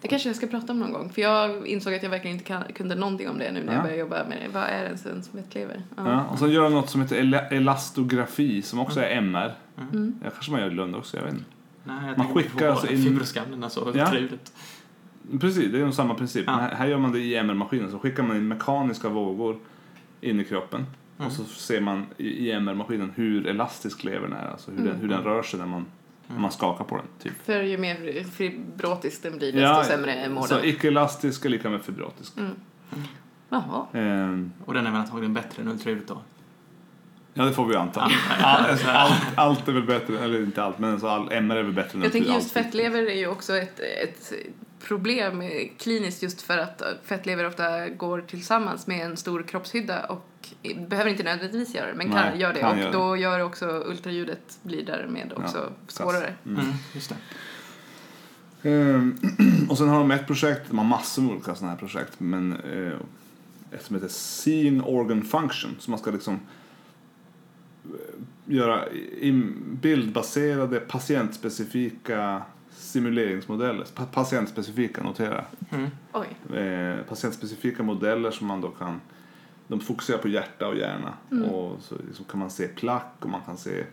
Speaker 2: Det kanske jag ska prata om någon gång. För jag insåg att jag verkligen inte kan, kunde någonting om det nu när
Speaker 4: Ja.
Speaker 2: jag började jobba med det. Vad är ens en smittlever? Ja.
Speaker 4: Ja, och sen gör de något som heter ela- elastografi som också är MR.
Speaker 2: Mm.
Speaker 4: Ja, kanske man gör i Lund också, jag vet inte.
Speaker 3: Nej, jag
Speaker 4: Man
Speaker 3: man skickar
Speaker 4: skickar
Speaker 3: på
Speaker 4: alltså in-
Speaker 3: fibroskammen, alltså
Speaker 4: Ja.
Speaker 3: ultraljudet.
Speaker 4: Precis, det är nog samma princip.
Speaker 3: Ja.
Speaker 4: Men Här, här gör man det i MR-maskinen, så skickar man in mekaniska vågor in i kroppen.
Speaker 3: Mm.
Speaker 4: Och så ser man i, i MR-maskinen hur elastisk levern är, alltså hur, den,
Speaker 2: Mm.
Speaker 4: hur den rör sig när man, när man skakar på den. Typ.
Speaker 2: För ju mer fibrotisk den blir desto sämre mår
Speaker 4: så
Speaker 2: den.
Speaker 4: icke-elastisk är lika med fibrotisk.
Speaker 2: Mm. Jaha.
Speaker 4: Ehm,
Speaker 3: Och den är väl antagligen bättre än ultraljudet då?
Speaker 4: ja, det får vi ju anta.
Speaker 3: Ja,
Speaker 4: Alltså, allt, allt är väl bättre, eller inte allt, men alltså, all, MR är väl bättre än
Speaker 2: Jag tänker just
Speaker 4: alltid.
Speaker 2: fettlever är ju också ett, ett problem eh, kliniskt just för att fettlever ofta går tillsammans med en stor kroppshydda och eh, behöver inte nödvändigtvis göra det men kan
Speaker 4: Nej,
Speaker 2: göra det
Speaker 4: kan
Speaker 2: och
Speaker 4: göra det.
Speaker 2: då gör också ultraljudet blir därmed också svårare.
Speaker 4: Mm.
Speaker 3: Mm, just det.
Speaker 4: Ehm, och sen har de ett projekt, de har massor med olika sådana här projekt, men eh, ett som heter Scene Organ Function, som man ska liksom eh, göra im- bildbaserade patientspecifika simuleringsmodeller, pa- patientspecifika notera,
Speaker 3: Mm.
Speaker 2: Oj.
Speaker 4: eh, patientspecifika modeller som man då kan, de fokuserar på hjärta och hjärna och så liksom kan man se plack och man kan se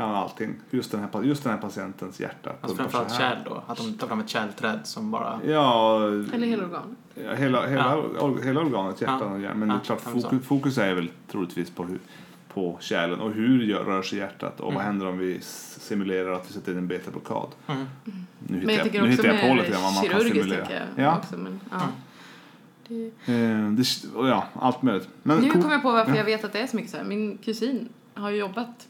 Speaker 4: Ja, allting. Just den, här, pa- just den här patientens hjärta
Speaker 3: Alltså
Speaker 4: pumpar så
Speaker 3: framförallt
Speaker 4: här.
Speaker 3: kärl då, att de tar fram ett kärlträd som bara...
Speaker 4: Ja,
Speaker 2: Eller hela organ.
Speaker 4: ja, hela, hela, or- hela organet, hjärtan
Speaker 3: Ja.
Speaker 4: och hjärnan. Men
Speaker 3: Ja,
Speaker 4: det är klart,
Speaker 3: kan vi
Speaker 4: fokus, fokus är väl troligtvis på, hur, på kärlen och hur gör, rör sig hjärtat och vad
Speaker 3: Mm.
Speaker 4: händer om vi s- simulerar att vi sätter in en betablockad.
Speaker 3: Mm.
Speaker 4: Nu hittar
Speaker 2: Men jag
Speaker 4: jag,
Speaker 2: tänker
Speaker 4: nu
Speaker 2: också
Speaker 4: hittar jag på
Speaker 2: mer
Speaker 4: lite grann vad man kan
Speaker 2: kirurgiskt
Speaker 4: simulera.
Speaker 2: tänker jag
Speaker 4: Ja,
Speaker 2: också. Men, ja.
Speaker 3: Mm.
Speaker 2: Det,
Speaker 4: eh, det, och ja, allt möjligt. Men
Speaker 2: nu
Speaker 4: cool-
Speaker 2: kommer jag på varför
Speaker 4: Ja.
Speaker 2: jag vet att det är så mycket så här. Min kusin har ju jobbat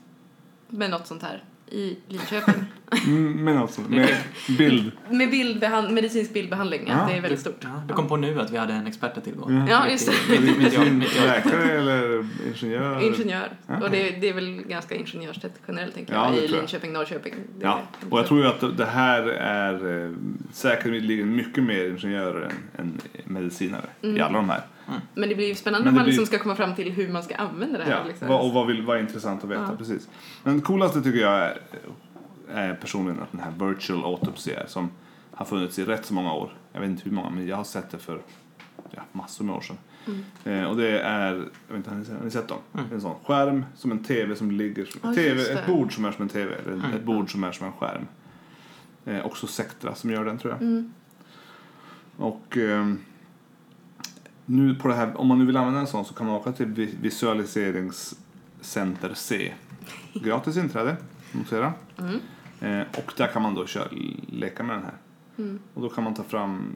Speaker 2: med något sånt här i Linköping.
Speaker 4: mm, men alltså, med bild.
Speaker 2: med bildbehand- medicinsk bildbehandling,
Speaker 4: Ja,
Speaker 2: att det är väldigt stort.
Speaker 3: Ja, jag kom på nu att vi hade en expert att tillgå.
Speaker 4: Ja.
Speaker 2: Ja,
Speaker 3: Mitt i-
Speaker 2: just det.
Speaker 3: mitt i- mitt i-
Speaker 4: Medicin,
Speaker 3: mitt i-
Speaker 4: Läkare eller ingenjör?
Speaker 2: Ingenjör.
Speaker 4: Ja.
Speaker 2: Och det, det är väl ganska ingenjörstätt generellt, tänker
Speaker 4: Ja,
Speaker 2: jag.
Speaker 4: det
Speaker 2: I
Speaker 4: tror jag.
Speaker 2: Linköping, Norrköping. Det
Speaker 4: Ja,
Speaker 2: är-
Speaker 4: och jag tror ju att det här är eh, säkerligen mycket mer ingenjörer än, än medicinare
Speaker 2: Mm.
Speaker 4: i alla de här.
Speaker 2: Men det blir ju spännande
Speaker 4: Men
Speaker 2: om
Speaker 4: det
Speaker 2: man liksom
Speaker 4: blir-
Speaker 2: ska komma fram till hur man ska använda det här.
Speaker 4: Ja,
Speaker 2: liksom.
Speaker 4: vad- och vad, vill, vad är intressant att veta,
Speaker 2: Ja.
Speaker 4: precis. Men det coolaste tycker jag är, är personligen att den här virtual autopsy är som har funnits i rätt så många år. Jag vet inte hur många, men jag har sett det för ja, massor med år sedan.
Speaker 2: Mm.
Speaker 4: Eh, och det är, jag vet inte, har ni, har ni sett dem?
Speaker 3: Mm.
Speaker 4: En sån skärm som en tv som ligger, som,
Speaker 2: Ja,
Speaker 4: TV,
Speaker 2: just det.
Speaker 4: ett bord som är som en tv, eller
Speaker 3: Mm.
Speaker 4: ett bord som är som en skärm. Eh, också Sectra som gör den tror jag.
Speaker 2: Mm.
Speaker 4: Och ehm, nu på det här, om man nu vill använda en sån så kan man åka till vi- visualiseringscenter C. Gratis inträde, notera.
Speaker 2: Mm.
Speaker 4: Eh, och där kan man då köra, leka med den här.
Speaker 2: Mm.
Speaker 4: Och då kan man ta fram,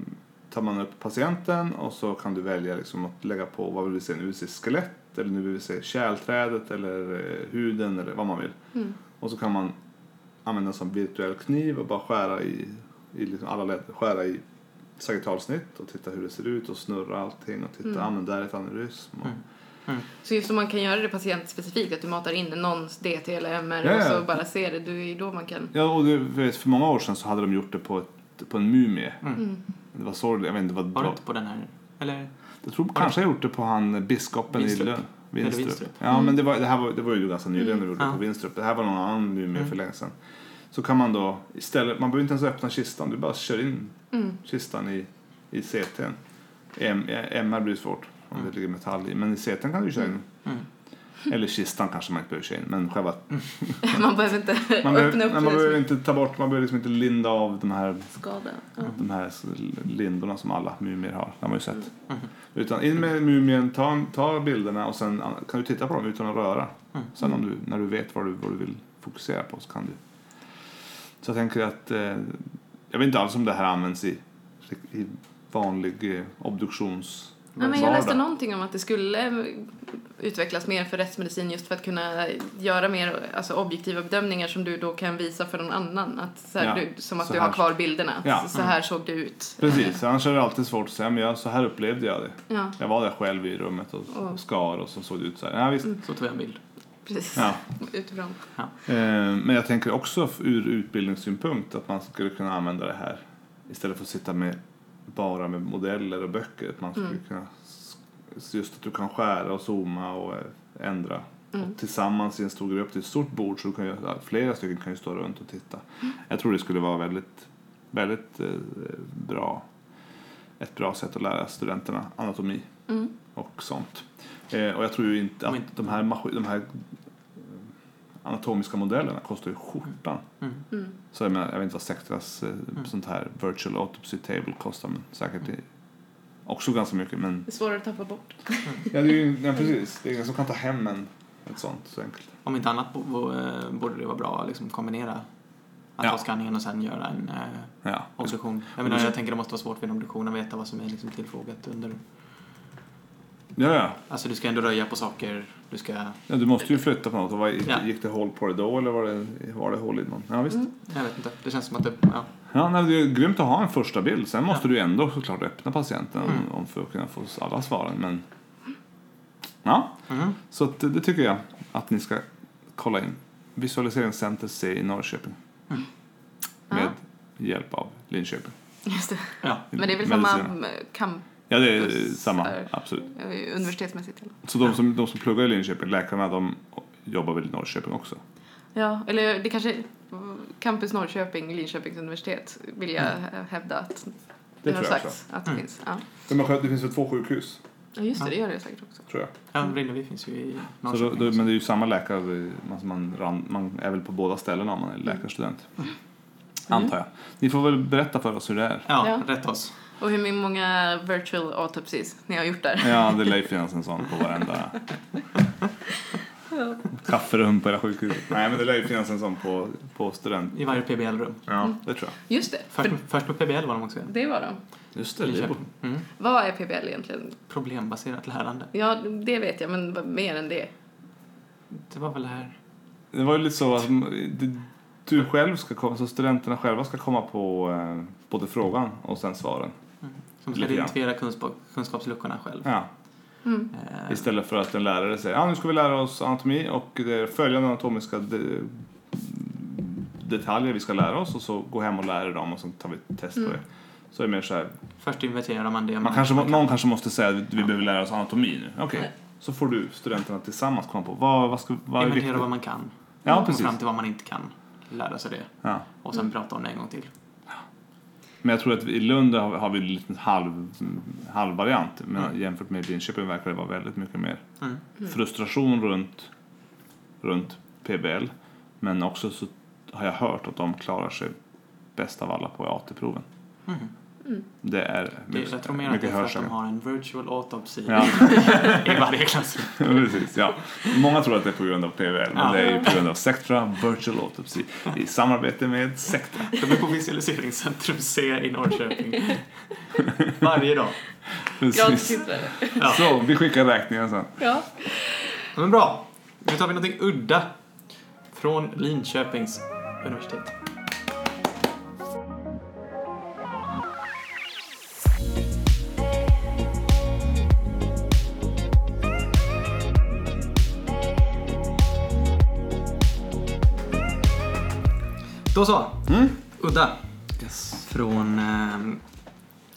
Speaker 4: tar man upp patienten och så kan du välja liksom att lägga på vad vill vi se, nu vill vi se skelett eller nu vill vi se kärlträdet eller eh, huden eller vad man vill.
Speaker 2: Mm.
Speaker 4: Och så kan man använda en sån virtuell kniv och bara skära i, i liksom alla led, skära i sagittalsnitt och titta hur det ser ut och snurra allting och titta,
Speaker 2: Mm.
Speaker 4: mm. men där är ett aneurysm. Och,
Speaker 3: Mm.
Speaker 2: Så just om man kan göra det patientspecifikt, att du matar in någons DT eller MR
Speaker 4: Ja,
Speaker 2: och
Speaker 4: ja.
Speaker 2: så bara ser det, det är ju då man kan...
Speaker 4: Ja, och det, vet, för många år sedan så hade de gjort det på, ett, på en mumie.
Speaker 2: Mm.
Speaker 4: Det var sorgligt, jag vet inte vad det
Speaker 3: Var du
Speaker 4: var.
Speaker 3: inte på den här? Eller?
Speaker 4: Jag tror kanske jag gjort det på han biskopen
Speaker 3: Winstrup.
Speaker 4: i Lund.
Speaker 3: Eller
Speaker 4: Winstrup.
Speaker 3: Winstrup.
Speaker 4: Ja,
Speaker 2: Mm.
Speaker 4: men det var, det här var, det var ju ganska nyligen när vi gjorde det
Speaker 3: Ja.
Speaker 4: på Winstrup. Det här var någon annan mumie
Speaker 3: Mm.
Speaker 4: för länge sedan. Så kan man då istället, man behöver inte ens öppna kistan, du bara kör in
Speaker 2: Mm.
Speaker 4: kistan i, i CT'n. M, MR blir svårt om
Speaker 2: Mm.
Speaker 4: det ligger metall i, men i CT'n kan du köra in.
Speaker 3: Mm.
Speaker 4: Eller kistan kanske man inte behöver köra in, men själva...
Speaker 2: Man behöver inte
Speaker 4: Man
Speaker 2: öppna
Speaker 4: behöver,
Speaker 2: upp
Speaker 4: man
Speaker 2: för det som
Speaker 4: behöver inte ta bort, man behöver liksom inte linda av de här
Speaker 2: är skada. Ja.
Speaker 4: de här lindorna som alla mumier har. De har man ju sett.
Speaker 3: Mm.
Speaker 4: Utan in med mumien, ta, ta bilderna och sen an- kan du titta på dem utan att röra.
Speaker 3: Mm.
Speaker 4: Sen om du, när du vet vad du, vad du vill fokusera på så kan du. Så jag tänker att eh, jag vet inte alls om det här används i, i vanlig eh, obduktions...
Speaker 2: Ja, men jag
Speaker 4: vardag.
Speaker 2: läste någonting om att det skulle utvecklas mer för rättsmedicin just för att kunna göra mer alltså, objektiva bedömningar som du då kan visa för någon annan. Att, så här,
Speaker 4: Ja,
Speaker 2: du, som att
Speaker 4: så
Speaker 2: du
Speaker 4: här-
Speaker 2: har kvar bilderna. Att
Speaker 4: Ja,
Speaker 2: Så här såg det ut.
Speaker 4: Precis, annars är det alltid svårt att säga men jag, så här upplevde jag det.
Speaker 2: Ja,
Speaker 4: Jag var där själv i rummet och
Speaker 2: Mm.
Speaker 4: skar och så såg det ut så här. Ja, visst.
Speaker 3: Så tog jag en bild.
Speaker 2: precis.
Speaker 4: Ja.
Speaker 2: Utifrån.
Speaker 4: Eh, Men jag tänker också f- ur utbildningssynpunkt att man skulle kunna använda det här istället för att sitta med bara med modeller och böcker. Att man skulle
Speaker 2: Mm.
Speaker 4: kunna, s- just att du kan skära och zooma och eh, ändra.
Speaker 2: Mm.
Speaker 4: Och tillsammans i en stor
Speaker 2: Mm.
Speaker 4: grupp till ett stort bord så du kan göra, flera stycken kan ju stå runt och titta. Jag tror det skulle vara väldigt väldigt eh, bra, ett bra sätt att lära studenterna anatomi
Speaker 2: Mm.
Speaker 4: och sånt. Eh, och jag tror ju inte att
Speaker 3: Men-
Speaker 4: de här, mas- de här eh, anatomiska modellerna kostar ju skjortan.
Speaker 3: Mm.
Speaker 2: Mm.
Speaker 4: Så jag, menar, jag vet inte vad Sectras eh, sånt här virtual autopsy table kostar men säkert
Speaker 2: Mm.
Speaker 4: i, också ganska mycket. Men,
Speaker 2: Det är svårare att tappa bort.
Speaker 4: ja, det är ju, ja, precis. Det är ingen som kan ta hem en, ett sånt så enkelt.
Speaker 3: Om inte annat bo- bo- eh, borde det vara bra att liksom kombinera att
Speaker 4: Ja. Mm.
Speaker 3: ta skanningen och sen göra en eh,
Speaker 4: Ja,
Speaker 3: obduktion. Jag, menar, jag tänker det måste vara svårt vid en obduktion att veta vad som är liksom tillfogat under...
Speaker 4: ja, ja.
Speaker 3: Alltså du ska ändå röja på saker, du ska...
Speaker 4: ja du måste ju flytta på något. Och vad,
Speaker 3: Ja.
Speaker 4: Gick det hål på det då eller var det, var det hål i någon? Ja, visst.
Speaker 2: Mm.
Speaker 3: Jag vet inte, det känns som att det... Ja.
Speaker 4: Ja, nej, det är grymt att ha en första bild. Sen måste du ju ändå såklart öppna patienten
Speaker 2: Mm.
Speaker 4: om, om för att kunna få alla svaren. Men, ja,
Speaker 3: Mhm.
Speaker 4: så att, det tycker jag att ni ska kolla in. Visualiseringscenter C i Norrköping.
Speaker 2: Mm.
Speaker 4: Med hjälp av Linköping.
Speaker 2: Just det.
Speaker 3: ja.
Speaker 2: Men det är väl
Speaker 4: Medicinerna.
Speaker 2: samma eh, kamp,
Speaker 4: Ja, det är
Speaker 2: Plus
Speaker 4: samma.
Speaker 2: är-
Speaker 4: Absolut.
Speaker 2: eh, universitetsmässigt? Eller?
Speaker 4: Så de som, de som pluggar i Linköping, läkarna, de jobbar väl i Norrköping också?
Speaker 2: Ja, eller det kanske Campus Norrköping, Linköpings universitet vill jag eh, hävda att det,
Speaker 4: Mm. Det
Speaker 2: har
Speaker 4: tror jag
Speaker 2: sagts att det
Speaker 3: Mm.
Speaker 2: finns. Ja.
Speaker 4: Det finns väl två sjukhus,
Speaker 2: ja, just det,
Speaker 3: Ja.
Speaker 2: det gör det säkert också.
Speaker 4: tror jag.
Speaker 3: Ja, Brinnevi finns ju i
Speaker 4: Så då,
Speaker 3: Norrköping.
Speaker 4: då,
Speaker 3: också.
Speaker 4: men det är ju samma läkare, man, man, ran- man är väl på båda ställena om man är läkarstudent. Antar jag. Ni får väl berätta för oss hur det är.
Speaker 3: Ja,
Speaker 2: Ja.
Speaker 3: rätt oss.
Speaker 2: Och hur många virtual autopsies ni har gjort där.
Speaker 4: Ja, det lär ju finnas en sån på varenda kafferum på hela sjukhuset. Nej, men det lär ju finnas en sån på, på student.
Speaker 3: I varje PBL-rum.
Speaker 4: Ja, det tror jag.
Speaker 2: Just det,
Speaker 3: Först,
Speaker 2: för
Speaker 3: först på PBL var de också.
Speaker 2: det var de.
Speaker 4: Just
Speaker 3: Linköping. Mm.
Speaker 2: Vad är PBL egentligen?
Speaker 3: Problembaserat lärande.
Speaker 2: Ja, det vet jag, men vad mer än det.
Speaker 3: Det var väl det här.
Speaker 4: Det var ju lite så att det- du själv ska komma, så studenterna själva ska komma på eh, både frågan och sen svaren.
Speaker 3: Som ska
Speaker 4: Lite grann.
Speaker 3: identifiera kunskap, kunskapsluckorna själv.
Speaker 4: Ja.
Speaker 3: Eh,
Speaker 4: Istället för att en lärare säger ah, nu ska vi lära oss anatomi och det är följande anatomiska de- detaljer vi ska lära oss och så gå hem och lära er dem och sen tar vi ett test på det. Så är det mer så här,
Speaker 3: Först inventerar man det.
Speaker 4: man kanske, må- någon kanske måste säga att vi vi behöver lära oss anatomi nu. Okej, så får du studenterna tillsammans komma på vad, vad, ska, vad är viktigt.
Speaker 3: inventera vad man kan.
Speaker 4: Ja,
Speaker 3: Komma
Speaker 4: precis. Mm.
Speaker 3: fram till vad man inte kan. Lära sig det.
Speaker 4: Ja.
Speaker 3: Och sen prata om det en gång till.
Speaker 4: Men jag tror att i Lund har har vi en liten halv, halv variant. Men jämfört med Linköping verkar det vara väldigt mycket mer
Speaker 3: Mm.
Speaker 4: frustration runt, runt PBL. Men också så har jag hört att de klarar sig bäst av alla på AT-proven.
Speaker 3: Mhm.
Speaker 4: Det är
Speaker 3: Det, jag tror mer att det är för att de har en virtual autopsy
Speaker 4: Ja,
Speaker 3: i varje klassrum.
Speaker 4: precis. Ja. Många tror att det är på grund av PBL, men
Speaker 3: Ja.
Speaker 4: det är ju på grund av Sectra Virtual Autopsy i samarbete med Sectra.
Speaker 3: De är på Visualiseringscentrum C i Norrköping. Varje dag.
Speaker 2: Gratis
Speaker 4: Precis.
Speaker 2: titlar.
Speaker 3: Ja.
Speaker 4: Så, vi skickar räkningen sen.
Speaker 2: Ja.
Speaker 3: Ja, Men bra. Nu tar vi någonting udda från Linköpings universitet. Då så. Udda. Från... ehm,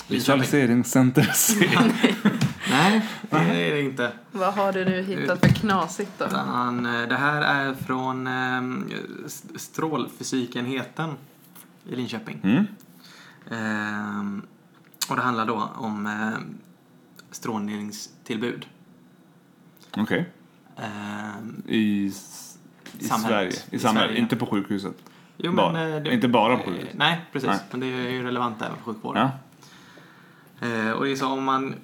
Speaker 3: Linköping.
Speaker 4: Visualiseringscenter C.
Speaker 3: Nej, det är det inte.
Speaker 2: Vad har du
Speaker 4: Eh,
Speaker 2: nu hittat för knasigt då?
Speaker 3: Utan, eh, det här är från ehm, s- strålfysikenheten i Linköping.
Speaker 4: Mm.
Speaker 3: Ehm, och det handlar då om ehm, strålningstillbud.
Speaker 4: Okej.
Speaker 3: Ehm,
Speaker 4: I, s- i
Speaker 3: Samhället.
Speaker 4: Sverige. I
Speaker 3: I
Speaker 4: samhället,
Speaker 3: Sverige.
Speaker 4: inte på sjukhuset.
Speaker 3: jo,
Speaker 4: Bara.
Speaker 3: eh, det-
Speaker 4: Inte bara på sjukhuset.
Speaker 3: Eh, Nej, precis.
Speaker 4: Nej.
Speaker 3: Men det är ju relevant även för sjukvården.
Speaker 4: Ja.
Speaker 3: Eh, och det är så om man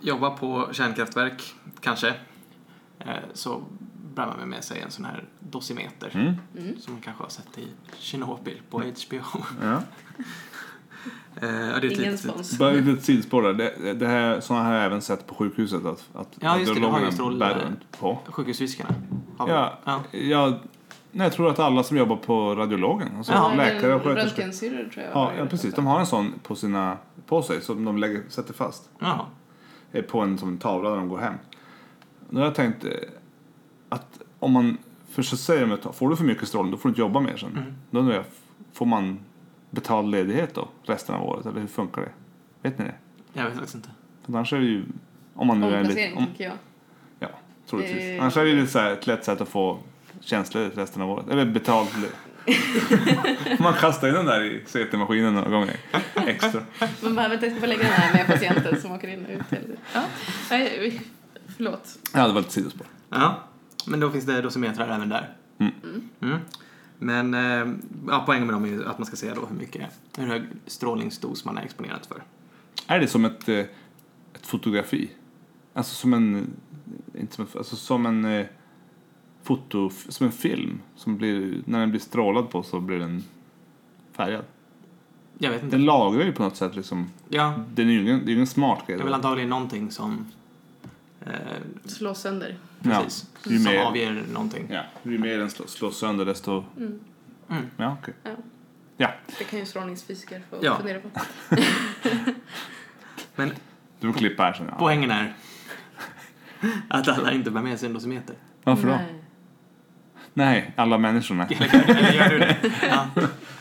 Speaker 3: jobbar på kärnkraftverk, kanske, eh, så bär man med sig en sån här dosimeter.
Speaker 4: Mm.
Speaker 3: Som man kanske har sett i Tjernobyl på HBO.
Speaker 4: Ja.
Speaker 3: Eh, och det är ett
Speaker 2: Ingen
Speaker 4: typ-
Speaker 3: litet,
Speaker 2: spons.
Speaker 4: Bara ett litet sidospår där. Det, det här, såna här har jag även sett på sjukhuset. Att, att
Speaker 3: Ja, just det, det har
Speaker 4: radiologerna
Speaker 3: ju strål-
Speaker 4: bär runt på.
Speaker 3: Sjukhusfiskarna. har vi.
Speaker 4: Ja,
Speaker 3: ja.
Speaker 4: Jag, nej, jag tror att alla som jobbar på radiologen, alltså
Speaker 3: Ja,
Speaker 4: läkare och sköterskor.
Speaker 2: Röntgensyrror tror jag.
Speaker 4: Ja, ja, precis. De har en sån på, sina, på sig som de lägger, sätter fast.
Speaker 3: Jaha.
Speaker 4: eh, på en som en tavla när de går hem. Då har jag tänkt eh, att om man, för så säger de att får du för mycket strålning då får du inte jobba mer sen. Då undrar jag, får man betald ledighet då resten av året eller hur funkar det? Vet ni det?
Speaker 3: Jag vet faktiskt inte.
Speaker 4: För annars är det ju, om man nu är lite,
Speaker 2: Omplacering
Speaker 4: om,
Speaker 2: tänker jag.
Speaker 4: ja, troligtvis.
Speaker 2: Det-
Speaker 4: Annars är det ju lite så här, ett lätt sätt att få tjänstledigt resten av året, eller betald le- Man kastar in den där i CT-maskinen några gånger extra.
Speaker 2: Man bara, vänta jag ska bara lägga den här med patienten som åker in och ut hela tiden. Ja, nej, förlåt.
Speaker 4: Ja, det var lite sidospår.
Speaker 3: Ja, men då finns det dosimetrar även där.
Speaker 4: Mm.
Speaker 3: Mm. Men eh, ja, poängen med dem är ju att man ska se då hur mycket, hur hög strålningsdos man är exponerad för.
Speaker 4: Är det som ett, eh, ett fotografi? Alltså som en... Inte som, en- alltså som en... eh, Foto, som en film. Som blir, när den blir strålad på så blir den färgad.
Speaker 3: Jag vet inte.
Speaker 4: Den lagrar ju på något sätt liksom.
Speaker 3: Ja,
Speaker 4: Det är ju ingen, det är ju ingen smart grej.
Speaker 3: det är väl antagligen någonting som eh,
Speaker 2: Slå sönder.
Speaker 4: Ja,
Speaker 3: Precis.
Speaker 4: ju
Speaker 3: Som
Speaker 4: mer-
Speaker 3: avger någonting.
Speaker 4: ja, ju mer den slås, slås sönder desto...
Speaker 2: Mm.
Speaker 3: Mm.
Speaker 4: Ja, okej.
Speaker 2: Det kan ju strålningsfysiker få
Speaker 3: Ja.
Speaker 2: fundera på.
Speaker 3: Men
Speaker 4: Du får klippa här sen. Ja.
Speaker 3: poängen är att alla inte bär med sig en dosimeter.
Speaker 4: Varför då?
Speaker 2: Nej.
Speaker 4: Nej, alla människorna.
Speaker 3: Eller gör- eller gör du det? Ja.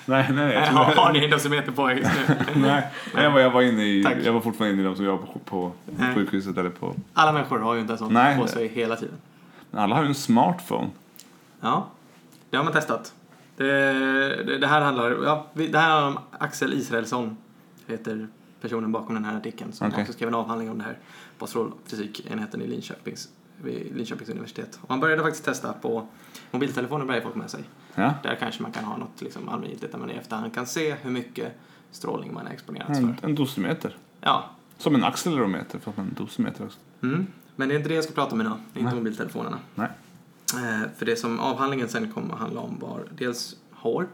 Speaker 4: Nej, nej. Jag tror,
Speaker 3: Har har ni en dosimeter på er just nu?
Speaker 4: nej. nej jag, var, jag var inne i...
Speaker 3: Tack.
Speaker 4: Jag var fortfarande inne i de som jobbar på, på
Speaker 3: Nej.
Speaker 4: sjukhuset eller på...
Speaker 3: Alla människor har ju inte en sån
Speaker 4: Nej.
Speaker 3: på sig hela tiden.
Speaker 4: Alla har ju en smartphone.
Speaker 3: Ja, det har man testat. Det, det, det här handlar ja, vi- det här handlar om Axel Israelsson, heter personen bakom den här artikeln, som
Speaker 4: Okej.
Speaker 3: också skrev en avhandling om det här på astrofysikenheten i Linköpings, vid Linköpings universitet. Och han började faktiskt testa på mobiltelefoner bär ju folk med sig.
Speaker 4: Ja.
Speaker 3: Där kanske man kan ha något liksom allmängiltigt där man i efterhand kan se hur mycket strålning man är exponerad
Speaker 4: En,
Speaker 3: för.
Speaker 4: en dosimeter.
Speaker 3: Ja,
Speaker 4: Som en accelerometer, fast en dosimeter också.
Speaker 3: Mm. Men det är inte det jag ska prata om idag, inte
Speaker 4: Nej.
Speaker 3: mobiltelefonerna.
Speaker 4: Nej.
Speaker 3: Eh, för det som avhandlingen sen kom att handla om var dels hår,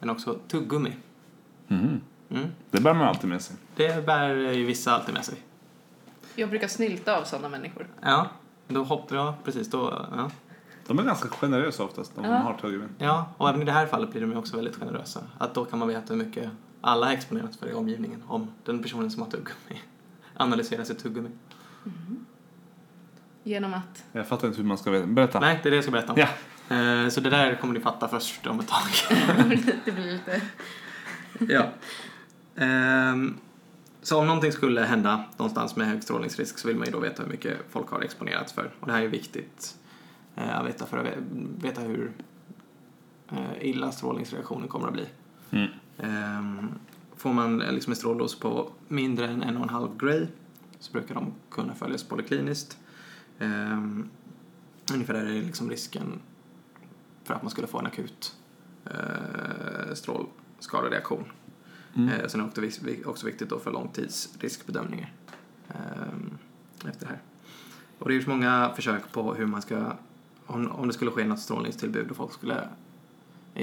Speaker 3: men också tuggummi.
Speaker 4: Mhm.
Speaker 3: Mm.
Speaker 4: Det bär man alltid med sig.
Speaker 3: Det bär ju vissa alltid med sig.
Speaker 2: Jag brukar snylta av sådana människor.
Speaker 3: Ja, då hoppar jag precis då. Ja.
Speaker 4: De är ganska generösa oftast om
Speaker 2: Ja.
Speaker 4: man har tuggummin.
Speaker 3: ja, och även i det här fallet blir de ju också väldigt generösa. Att då kan man veta hur mycket alla är exponerat för i omgivningen om den personen som har tuggummi analyserar sitt tuggummi.
Speaker 2: Genom att...
Speaker 4: Jag fattar inte hur man ska veta. Berätta.
Speaker 3: Nej, det är det jag ska berätta om.
Speaker 4: Ja.
Speaker 3: Eh, så det där kommer ni fatta först om ett tag.
Speaker 2: det blir lite...
Speaker 3: Ja. Ehm, så om någonting skulle hända någonstans med hög strålningsrisk så vill man ju då veta hur mycket folk har exponerats för. Och det här är ju viktigt eh, att veta för att ve- veta hur eh, illa strålningsreaktionen kommer att bli.
Speaker 4: Mm.
Speaker 3: Ehm, får man eh, liksom en stråldos på mindre än en och en halv gray så brukar de kunna följas polykliniskt. Ehm, ungefär där är liksom risken för att man skulle få en akut eh, strålskadereaktion.
Speaker 4: Mm.
Speaker 3: Eh, sen är det också vis- vi- också viktigt då för långtidsriskbedömningar ehm, efter det här. Och det har gjorts många försök på hur man ska, om, om det skulle ske något strålningstillbud och folk skulle i,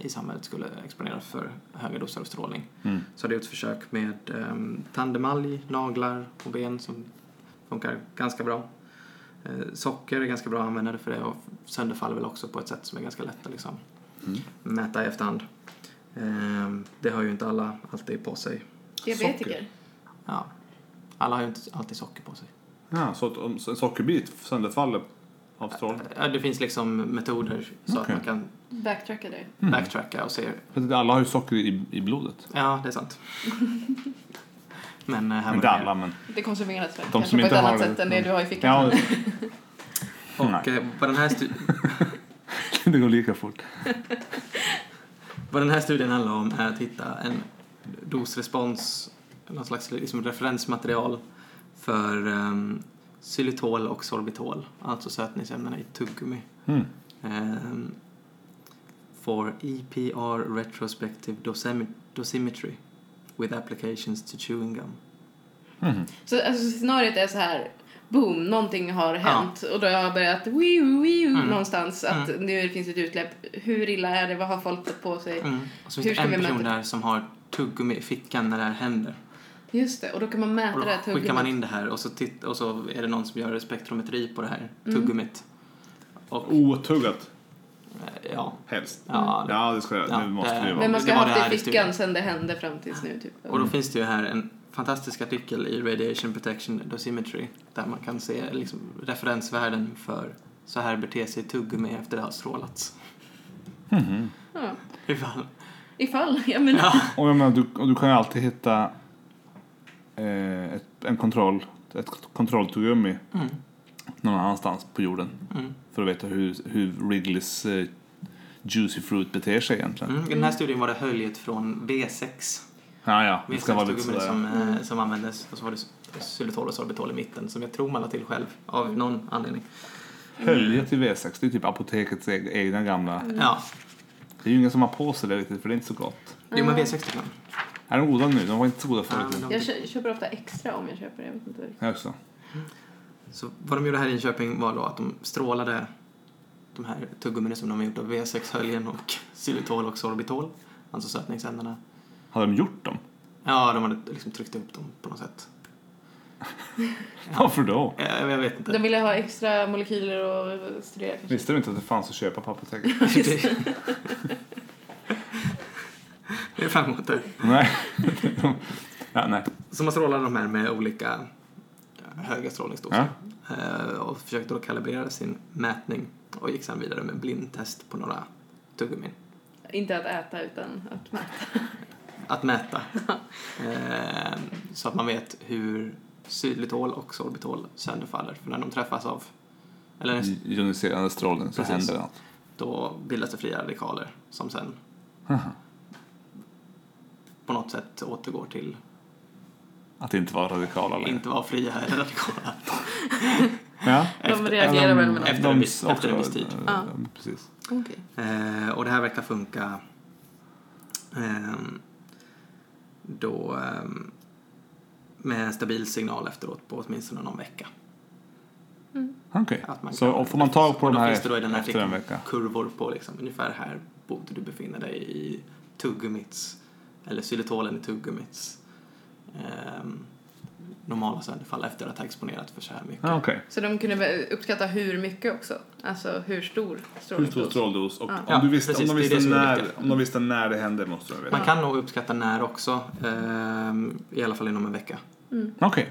Speaker 3: i samhället skulle exponeras för höga doser av strålning
Speaker 4: Mm.
Speaker 3: så har det gjorts försök med um, tandemalj, naglar och ben som funkar ganska bra. Eh, socker är ganska bra användare för det och sönderfaller väl också på ett sätt som är ganska lätt att liksom,
Speaker 4: Mm.
Speaker 3: mäta i efterhand. Ehm, det har ju inte alla alltid på sig.
Speaker 2: Diabetiker.
Speaker 3: Ja. Alla har ju inte alltid socker på sig.
Speaker 4: Ja, så att om så en sockerbit sönderfaller av strålning.
Speaker 3: Ja, Det finns liksom metoder så att
Speaker 4: Okej.
Speaker 3: man kan
Speaker 2: Backtracka där.
Speaker 3: Mm. backtracka och se.
Speaker 4: För att Alla har ju socker i, i blodet.
Speaker 3: Ja, det är sant. Men eh, här var
Speaker 4: Inte
Speaker 3: det
Speaker 4: alla, men...
Speaker 2: Det konsumeras väl
Speaker 4: De
Speaker 2: kanske
Speaker 4: som
Speaker 2: på ett
Speaker 4: inte har
Speaker 2: annat
Speaker 4: det.
Speaker 2: sätt än det du har i fickan.
Speaker 4: Ja,
Speaker 3: Och eh, på den här stu-
Speaker 4: det, det går lika fort.
Speaker 3: Vad den här studien handlar om är att hitta en dosrespons, någon slags liksom referensmaterial för um, xylitol och sorbitol, alltså sötningsämnena i tuggummi.
Speaker 4: Mm.
Speaker 3: Um, for EPR retrospective dosemi- dosimetry with applications to chewing gum.
Speaker 2: Mm.
Speaker 4: Mhm.
Speaker 2: Så alltså, scenariot är så här. Boom, någonting har hänt och då har jag börjat wiu, wiu,
Speaker 3: Mm.
Speaker 2: någonstans att nu finns ett utläpp. Hur illa är det? Vad har folk fått på sig?
Speaker 3: Mm. Och så
Speaker 2: Hur
Speaker 3: finns
Speaker 2: ska
Speaker 3: det en
Speaker 2: vi mäta
Speaker 3: person
Speaker 2: det?
Speaker 3: där som har tuggummi i fickan när det här händer.
Speaker 2: Just det, och då kan man mäta
Speaker 3: Och
Speaker 2: det här
Speaker 3: då skickar
Speaker 2: tuggummin.
Speaker 3: man in det här och så, titt- och så är det någon som gör spektrometri på det här
Speaker 2: Mm.
Speaker 3: tuggummit. Och,
Speaker 2: Oh.
Speaker 4: Otuggat,
Speaker 3: eh, ja,
Speaker 4: helst.
Speaker 3: ja, det
Speaker 4: Ja, det ska jag.
Speaker 3: Ja, Eh,
Speaker 4: det måste
Speaker 3: det-
Speaker 4: det ju
Speaker 2: Men
Speaker 4: vara.
Speaker 2: man ska
Speaker 3: Det var
Speaker 2: ha
Speaker 3: det
Speaker 2: haft
Speaker 3: här
Speaker 2: det i
Speaker 3: i
Speaker 2: fickan
Speaker 3: studien.
Speaker 2: sen det hände fram tills nu typ.
Speaker 3: Och då finns det ju här en fantastisk artikel i Radiation Protection Dosimetry där man kan se liksom referensvärden för så här beter sig tuggummi efter det har strålats.
Speaker 4: Mhm.
Speaker 2: Ja.
Speaker 3: Ifall.
Speaker 2: Ifall, jag
Speaker 4: Mm.
Speaker 2: menar.
Speaker 3: Ja.
Speaker 4: Och jag menar, du, och du kan ju alltid hitta eh, ett, en kontroll, ett kontrolltuggummi
Speaker 3: Mm,
Speaker 4: någon annanstans på jorden
Speaker 3: mm.
Speaker 4: för att veta hur, hur Wrigleys eh, Juicy Fruit beter sig egentligen.
Speaker 3: Mm. I den här studien var det höljet från V6.
Speaker 4: Ja, ja. Det ska vara lite
Speaker 3: V6-tuggummin
Speaker 4: sådär.
Speaker 3: som, eh, som användes. Och så var det xylitol och sorbitol i mitten som jag tror man la till själv av någon anledning.
Speaker 4: Hölje till V6, det är typ apotekets eg- egna gamla.
Speaker 2: Mm.
Speaker 3: Ja,
Speaker 4: Det är ju ingen som har på sig det riktigt för det är inte så gott.
Speaker 3: jo men V6 tycker man.
Speaker 4: Är de goda nu? De var inte så goda
Speaker 3: Ja,
Speaker 4: förut.
Speaker 3: men de
Speaker 2: Jag kö- köper ofta extra om jag köper det. Jag vet inte.
Speaker 4: Ja, också.
Speaker 3: Så vad de gjorde här i Linköping var då att de strålade de här tuggummina som de har gjort av V6-höljen och xylitol och sorbitol, alltså sötningsämnena.
Speaker 4: Hade de gjort dem?
Speaker 3: Ja, de hade liksom tryckt upp dem på något sätt.
Speaker 4: Varför då?
Speaker 3: Eh, Jag vet
Speaker 2: De
Speaker 3: inte.
Speaker 2: ville ha extra molekyler och studera kanske.
Speaker 4: Visste du inte att det fanns att köpa på apoteket?
Speaker 3: Det är framåt där.
Speaker 4: nej. ja, nej.
Speaker 3: Så man strålade de här med olika eh, höga strålningsdoser
Speaker 4: Ja.
Speaker 3: Eh, och försökte då kalibrera sin mätning och gick sen vidare med blindtest på några tuggummin.
Speaker 2: Inte att äta utan att mäta.
Speaker 3: att mäta. eh, så att man vet hur sydlitol och sorbitol sönderfaller. För när de träffas av, eller
Speaker 4: Mm. Joniserande strålning så
Speaker 3: Precis.
Speaker 4: händer det något.
Speaker 3: då bildas det fria radikaler som sen
Speaker 4: Haha.
Speaker 3: på något sätt återgår till
Speaker 4: Att inte vara radikala längre.
Speaker 3: inte vara fria radikaler.
Speaker 4: Ja.
Speaker 2: De
Speaker 3: Efter-
Speaker 2: reagerar väl med något.
Speaker 3: Efter en viss-
Speaker 4: också-
Speaker 3: efter en viss tid.
Speaker 2: Ja.
Speaker 4: Precis.
Speaker 2: Okej.
Speaker 3: Eh, och det här verkar funka ehm, då ehm, med en stabil signal efteråt på åtminstone någon vecka.
Speaker 4: Okej.
Speaker 3: Att man
Speaker 4: Så
Speaker 3: kan-
Speaker 4: får man tag på
Speaker 3: och
Speaker 4: de
Speaker 3: då
Speaker 4: här
Speaker 3: finns det då i den här
Speaker 4: efter en
Speaker 3: artikeln
Speaker 4: vecka?
Speaker 3: kurvor på liksom, ungefär här borde du befinna dig i tuggummits eller xylitolen i tuggummits ehm, normala sönderfall efter att ha exponerat för så här mycket.
Speaker 4: Ja, okej.
Speaker 2: Så de kunde väl uppskatta hur mycket också? Alltså hur stor
Speaker 4: Hur stor
Speaker 2: strålningsdos?
Speaker 4: stråldos? Och
Speaker 2: Ja.
Speaker 4: om, du
Speaker 3: Ja,
Speaker 4: visste,
Speaker 3: precis,
Speaker 4: om, de
Speaker 3: det är det
Speaker 4: visste
Speaker 3: som är
Speaker 4: när,
Speaker 3: viktigt.
Speaker 4: om de visste när det hände måste de veta.
Speaker 3: Man kan nog uppskatta när också, ehm, i alla fall inom en vecka.
Speaker 4: Okej.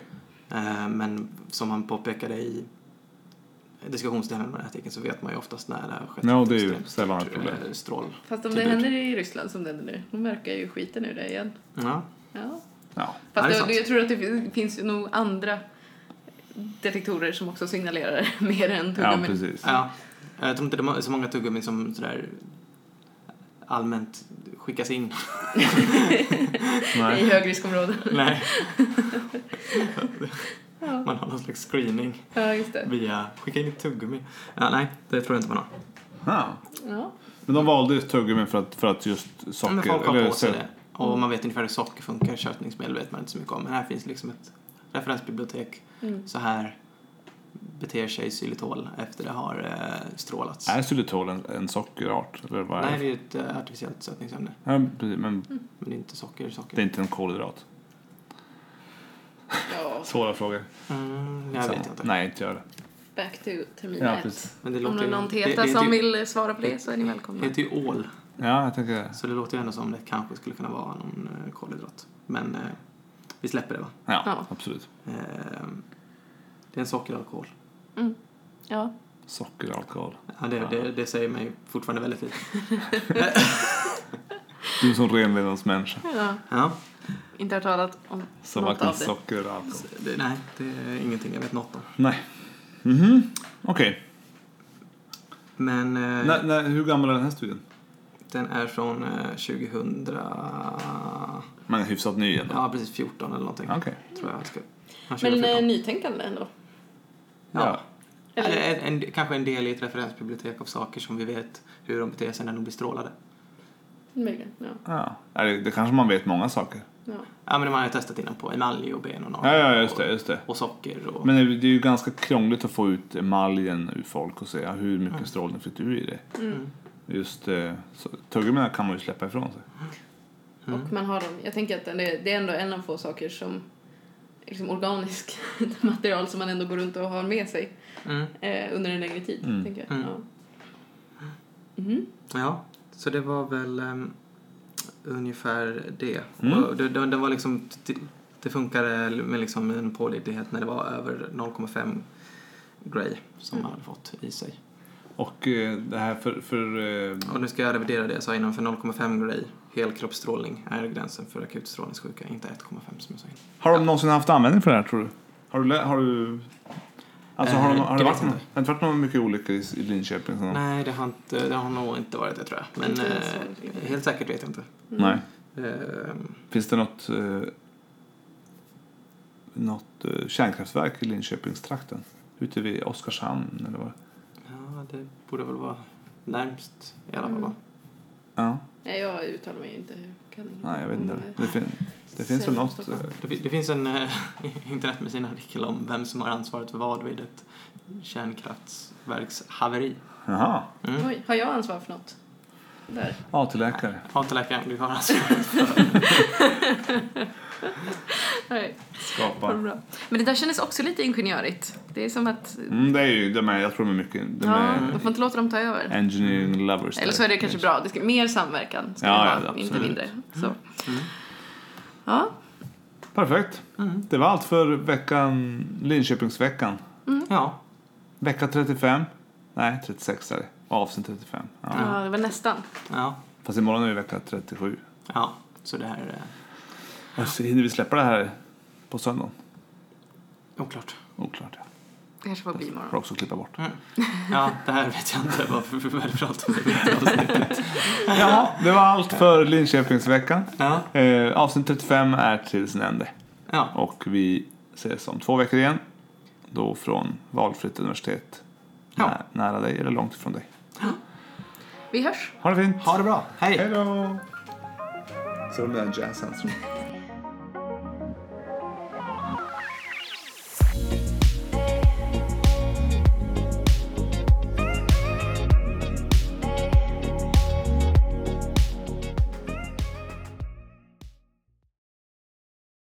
Speaker 3: Ehm, men som man påpekade i diskussionsdelen av den här artikeln så vet man ju oftast när det har skett.
Speaker 4: Ja,
Speaker 3: ett
Speaker 4: det är ju
Speaker 3: extremt
Speaker 4: sällan ett
Speaker 3: stort,
Speaker 4: problem.
Speaker 3: eh, Strål.
Speaker 2: Fast om det
Speaker 3: Typ.
Speaker 2: händer i Ryssland som det händer nu, de märker ju skiten ur det igen.
Speaker 3: Ja.
Speaker 2: Ja.
Speaker 4: Ja.
Speaker 3: Ja, det är
Speaker 2: Fast
Speaker 3: sant.
Speaker 2: jag, jag tror att det fin- finns ju nog andra detektorer som också signalerar mer än
Speaker 4: ja,
Speaker 2: tuggummin.
Speaker 4: precis.
Speaker 3: Ja, jag tror inte det är så många tuggummin som sådär allmänt skickas in.
Speaker 4: Nej.
Speaker 2: I högriskområden.
Speaker 3: Nej.
Speaker 2: Ja.
Speaker 3: Man har någon slags screening
Speaker 2: ja, just det.
Speaker 3: via skicka in ett tuggummi. Ja, nej, det tror jag inte man har.
Speaker 4: Ja.
Speaker 2: Ja.
Speaker 4: Men de valde just tuggummin för att, för att just socker...
Speaker 3: Men folk har
Speaker 4: eller
Speaker 3: på sig
Speaker 4: så-
Speaker 3: det. Och man vet ungefär hur socker funkar. Köttningsmedel vet man inte så mycket om. Men här finns liksom ett referensbibliotek.
Speaker 2: Mm.
Speaker 3: Så här beter sig xylitol efter det har eh, strålats.
Speaker 4: Är xylitol en, en sockerart? Eller vad
Speaker 3: Nej,
Speaker 4: är det?
Speaker 3: det är ju ett eh, artificiellt sötningsämne.
Speaker 4: Ja, precis, men
Speaker 3: Men det är inte socker, socker.
Speaker 4: det är inte en kolhydrat.
Speaker 2: ja,
Speaker 4: Svåra frågor.
Speaker 3: Mm, jag vet
Speaker 4: Samma.
Speaker 3: inte.
Speaker 4: Nej, inte jag det.
Speaker 2: back to termin
Speaker 4: Ja,
Speaker 2: ett.
Speaker 4: precis.
Speaker 3: Men det
Speaker 2: Om det är
Speaker 3: ju-
Speaker 2: någon
Speaker 3: det- det
Speaker 2: teta
Speaker 3: är inte-
Speaker 2: som vill svara på det så är ni välkomna.
Speaker 3: Det heter ju ål,
Speaker 4: Ja, jag tänker det.
Speaker 3: så det låter ju ändå som det kanske skulle kunna vara någon eh, kolhydrat. Men eh, vi släpper det va?
Speaker 4: Ja,
Speaker 2: Ja.
Speaker 4: absolut.
Speaker 3: Eh, det är en sockeralkohol.
Speaker 2: Ja.
Speaker 4: Sockeralkohol.
Speaker 3: Ja, det, det, det säger mig fortfarande väldigt lite.
Speaker 4: Du är en sån renlevnadsmänniska.
Speaker 2: ja.
Speaker 3: Ja,
Speaker 2: Inte hört talat om
Speaker 4: Som
Speaker 2: något
Speaker 4: varken
Speaker 2: av det.
Speaker 4: socker eller alkohol.
Speaker 3: det, nej, det är ingenting jag vet något om.
Speaker 4: Nej. Mhm. Okej.
Speaker 3: Men eh,
Speaker 4: Nä- nä, Hur gammal är den här studien?
Speaker 3: den är från eh, 2000...
Speaker 4: Men hyfsat ny ändå.
Speaker 3: Ja, precis 14 eller någonting.
Speaker 4: Okej.
Speaker 3: Tror jag. Ska, ja,
Speaker 2: Men
Speaker 3: 2014.
Speaker 2: eh, nytänkande ändå.
Speaker 3: ja.
Speaker 2: Eller?
Speaker 3: Eller en, en, kanske en del i ett referensbibliotek av saker som vi vet hur de beter sig när de blir strålade.
Speaker 2: Möjligen. Ja.
Speaker 4: Ja. Ja, Det, det kanske man vet många saker.
Speaker 2: Ja.
Speaker 3: Ja, men det man har ju testat innan på emalj och ben och naglar.
Speaker 4: Ja, ja, just det. Just det.
Speaker 3: Och, och socker och...
Speaker 4: Men det, det är ju ganska krångligt att få ut emaljen ur folk och se ja, hur mycket strålning fick du i det.
Speaker 3: Mm.
Speaker 4: Just eh, så- tuggummina kan man ju släppa ifrån sig. Mm.
Speaker 2: Och man har dem. Jag tänker att det, det är ändå en av få saker som liksom organiskt material som man ändå går runt och har med sig
Speaker 3: Mm.
Speaker 2: eh, under en längre tid.
Speaker 4: Mm.
Speaker 2: Tänker jag.
Speaker 3: Mm.
Speaker 2: Ja. Mhm.
Speaker 3: Ja, så det var väl ehm, ungefär det.
Speaker 4: Mm.
Speaker 3: Och det, det, det var liksom... Det, det funkade med liksom en pålitlighet när det var över 0,5 gray som man hade fått i sig.
Speaker 4: Och eh, det här för... för eh,
Speaker 3: Och nu ska jag revidera det jag sa innan, för 0,5 gray helkroppsstrålning är gränsen för akut strålningssjuka, inte 1,5 som jag sa innan.
Speaker 4: har de någonsin haft användning för det här tror du? Har du, lä- har du Alltså har, de,
Speaker 3: Eh,
Speaker 4: har
Speaker 3: det
Speaker 4: det
Speaker 3: vet
Speaker 4: varit
Speaker 3: jag
Speaker 4: någon,
Speaker 3: inte.
Speaker 4: har det varit någon mycket olyckor i, i Linköping? Som,
Speaker 3: Nej, det har, inte, det har nog inte varit det tror jag. Men
Speaker 2: Inte jag
Speaker 3: eh,
Speaker 2: såg det. Mm.
Speaker 3: helt säkert vet jag inte.
Speaker 4: Nej.
Speaker 3: Eh,
Speaker 4: Finns det något, eh, något eh, kärnkraftverk i Linköpingstrakten? Ute vid Oskarshamn eller vad?
Speaker 3: ja, det borde väl vara närmst i alla fall.
Speaker 2: Mm.
Speaker 3: va?
Speaker 4: Ja,
Speaker 2: Nej, jag uttalar mig inte. Kan inte.
Speaker 4: nej jag vet inte. Det, fin, det finns väl
Speaker 2: Sämst
Speaker 4: något.
Speaker 2: av allt.
Speaker 4: eh,
Speaker 3: Det, fi- det finns en eh, internetmedicin-artikel om vem som har ansvaret för vad vid ett kärnkraftverkshaveri.
Speaker 4: Jaha,
Speaker 3: Mm.
Speaker 2: Oj, har jag ansvar för något? Där.
Speaker 4: AT-läkare.
Speaker 3: Hateläkaren, du har ansvaret.
Speaker 2: Nej,
Speaker 4: Skapa.
Speaker 2: vad bra. Men det där kändes också lite ingenjörigt. Det är som att
Speaker 4: Mm, det är ju, de är, jag tror de är mycket, de
Speaker 2: ja,
Speaker 4: är
Speaker 2: de får inte låta dem ta över.
Speaker 4: engineering lovers.
Speaker 2: Eller
Speaker 4: där.
Speaker 2: så är det kanske bra. Det ska, mer samverkan ska
Speaker 4: Ja,
Speaker 2: det
Speaker 4: ja,
Speaker 2: vara,
Speaker 4: absolut.
Speaker 2: inte mindre. Så.
Speaker 3: Mm.
Speaker 2: Ja,
Speaker 4: Perfekt.
Speaker 3: Mm.
Speaker 4: Det var allt för veckan, Linköpingsveckan.
Speaker 3: Ja,
Speaker 4: Vecka 35. Nej, 36 är det. Avsnitt 35. Ja.
Speaker 2: ja, det var nästan.
Speaker 3: ja,
Speaker 4: Fast imorgon är det vecka 37.
Speaker 3: ja. Så det här eh, är
Speaker 4: Och så hinner vi släppa det här på söndagen?
Speaker 3: eh, oklart.
Speaker 4: Oklart. Ja.
Speaker 2: Det kanske får bli imorgon.
Speaker 4: Får också klippa bort.
Speaker 3: Mm. Ja, det här vet jag inte varför vi började prata om det i mitt avsnitt.
Speaker 4: Jaha, det var allt för Linköpingsveckan.
Speaker 3: Ja,
Speaker 4: Eh, avsnitt 35 är till sin ände.
Speaker 3: ja.
Speaker 4: Och vi ses om två veckor igen. Då från valfritt universitet.
Speaker 3: Ja.
Speaker 4: Nä- Nära dig eller långt ifrån dig.
Speaker 2: Vi hörs!
Speaker 4: Ha det fint.
Speaker 3: Ha det bra. Hej!
Speaker 4: Hej då! Så de där jazzhands.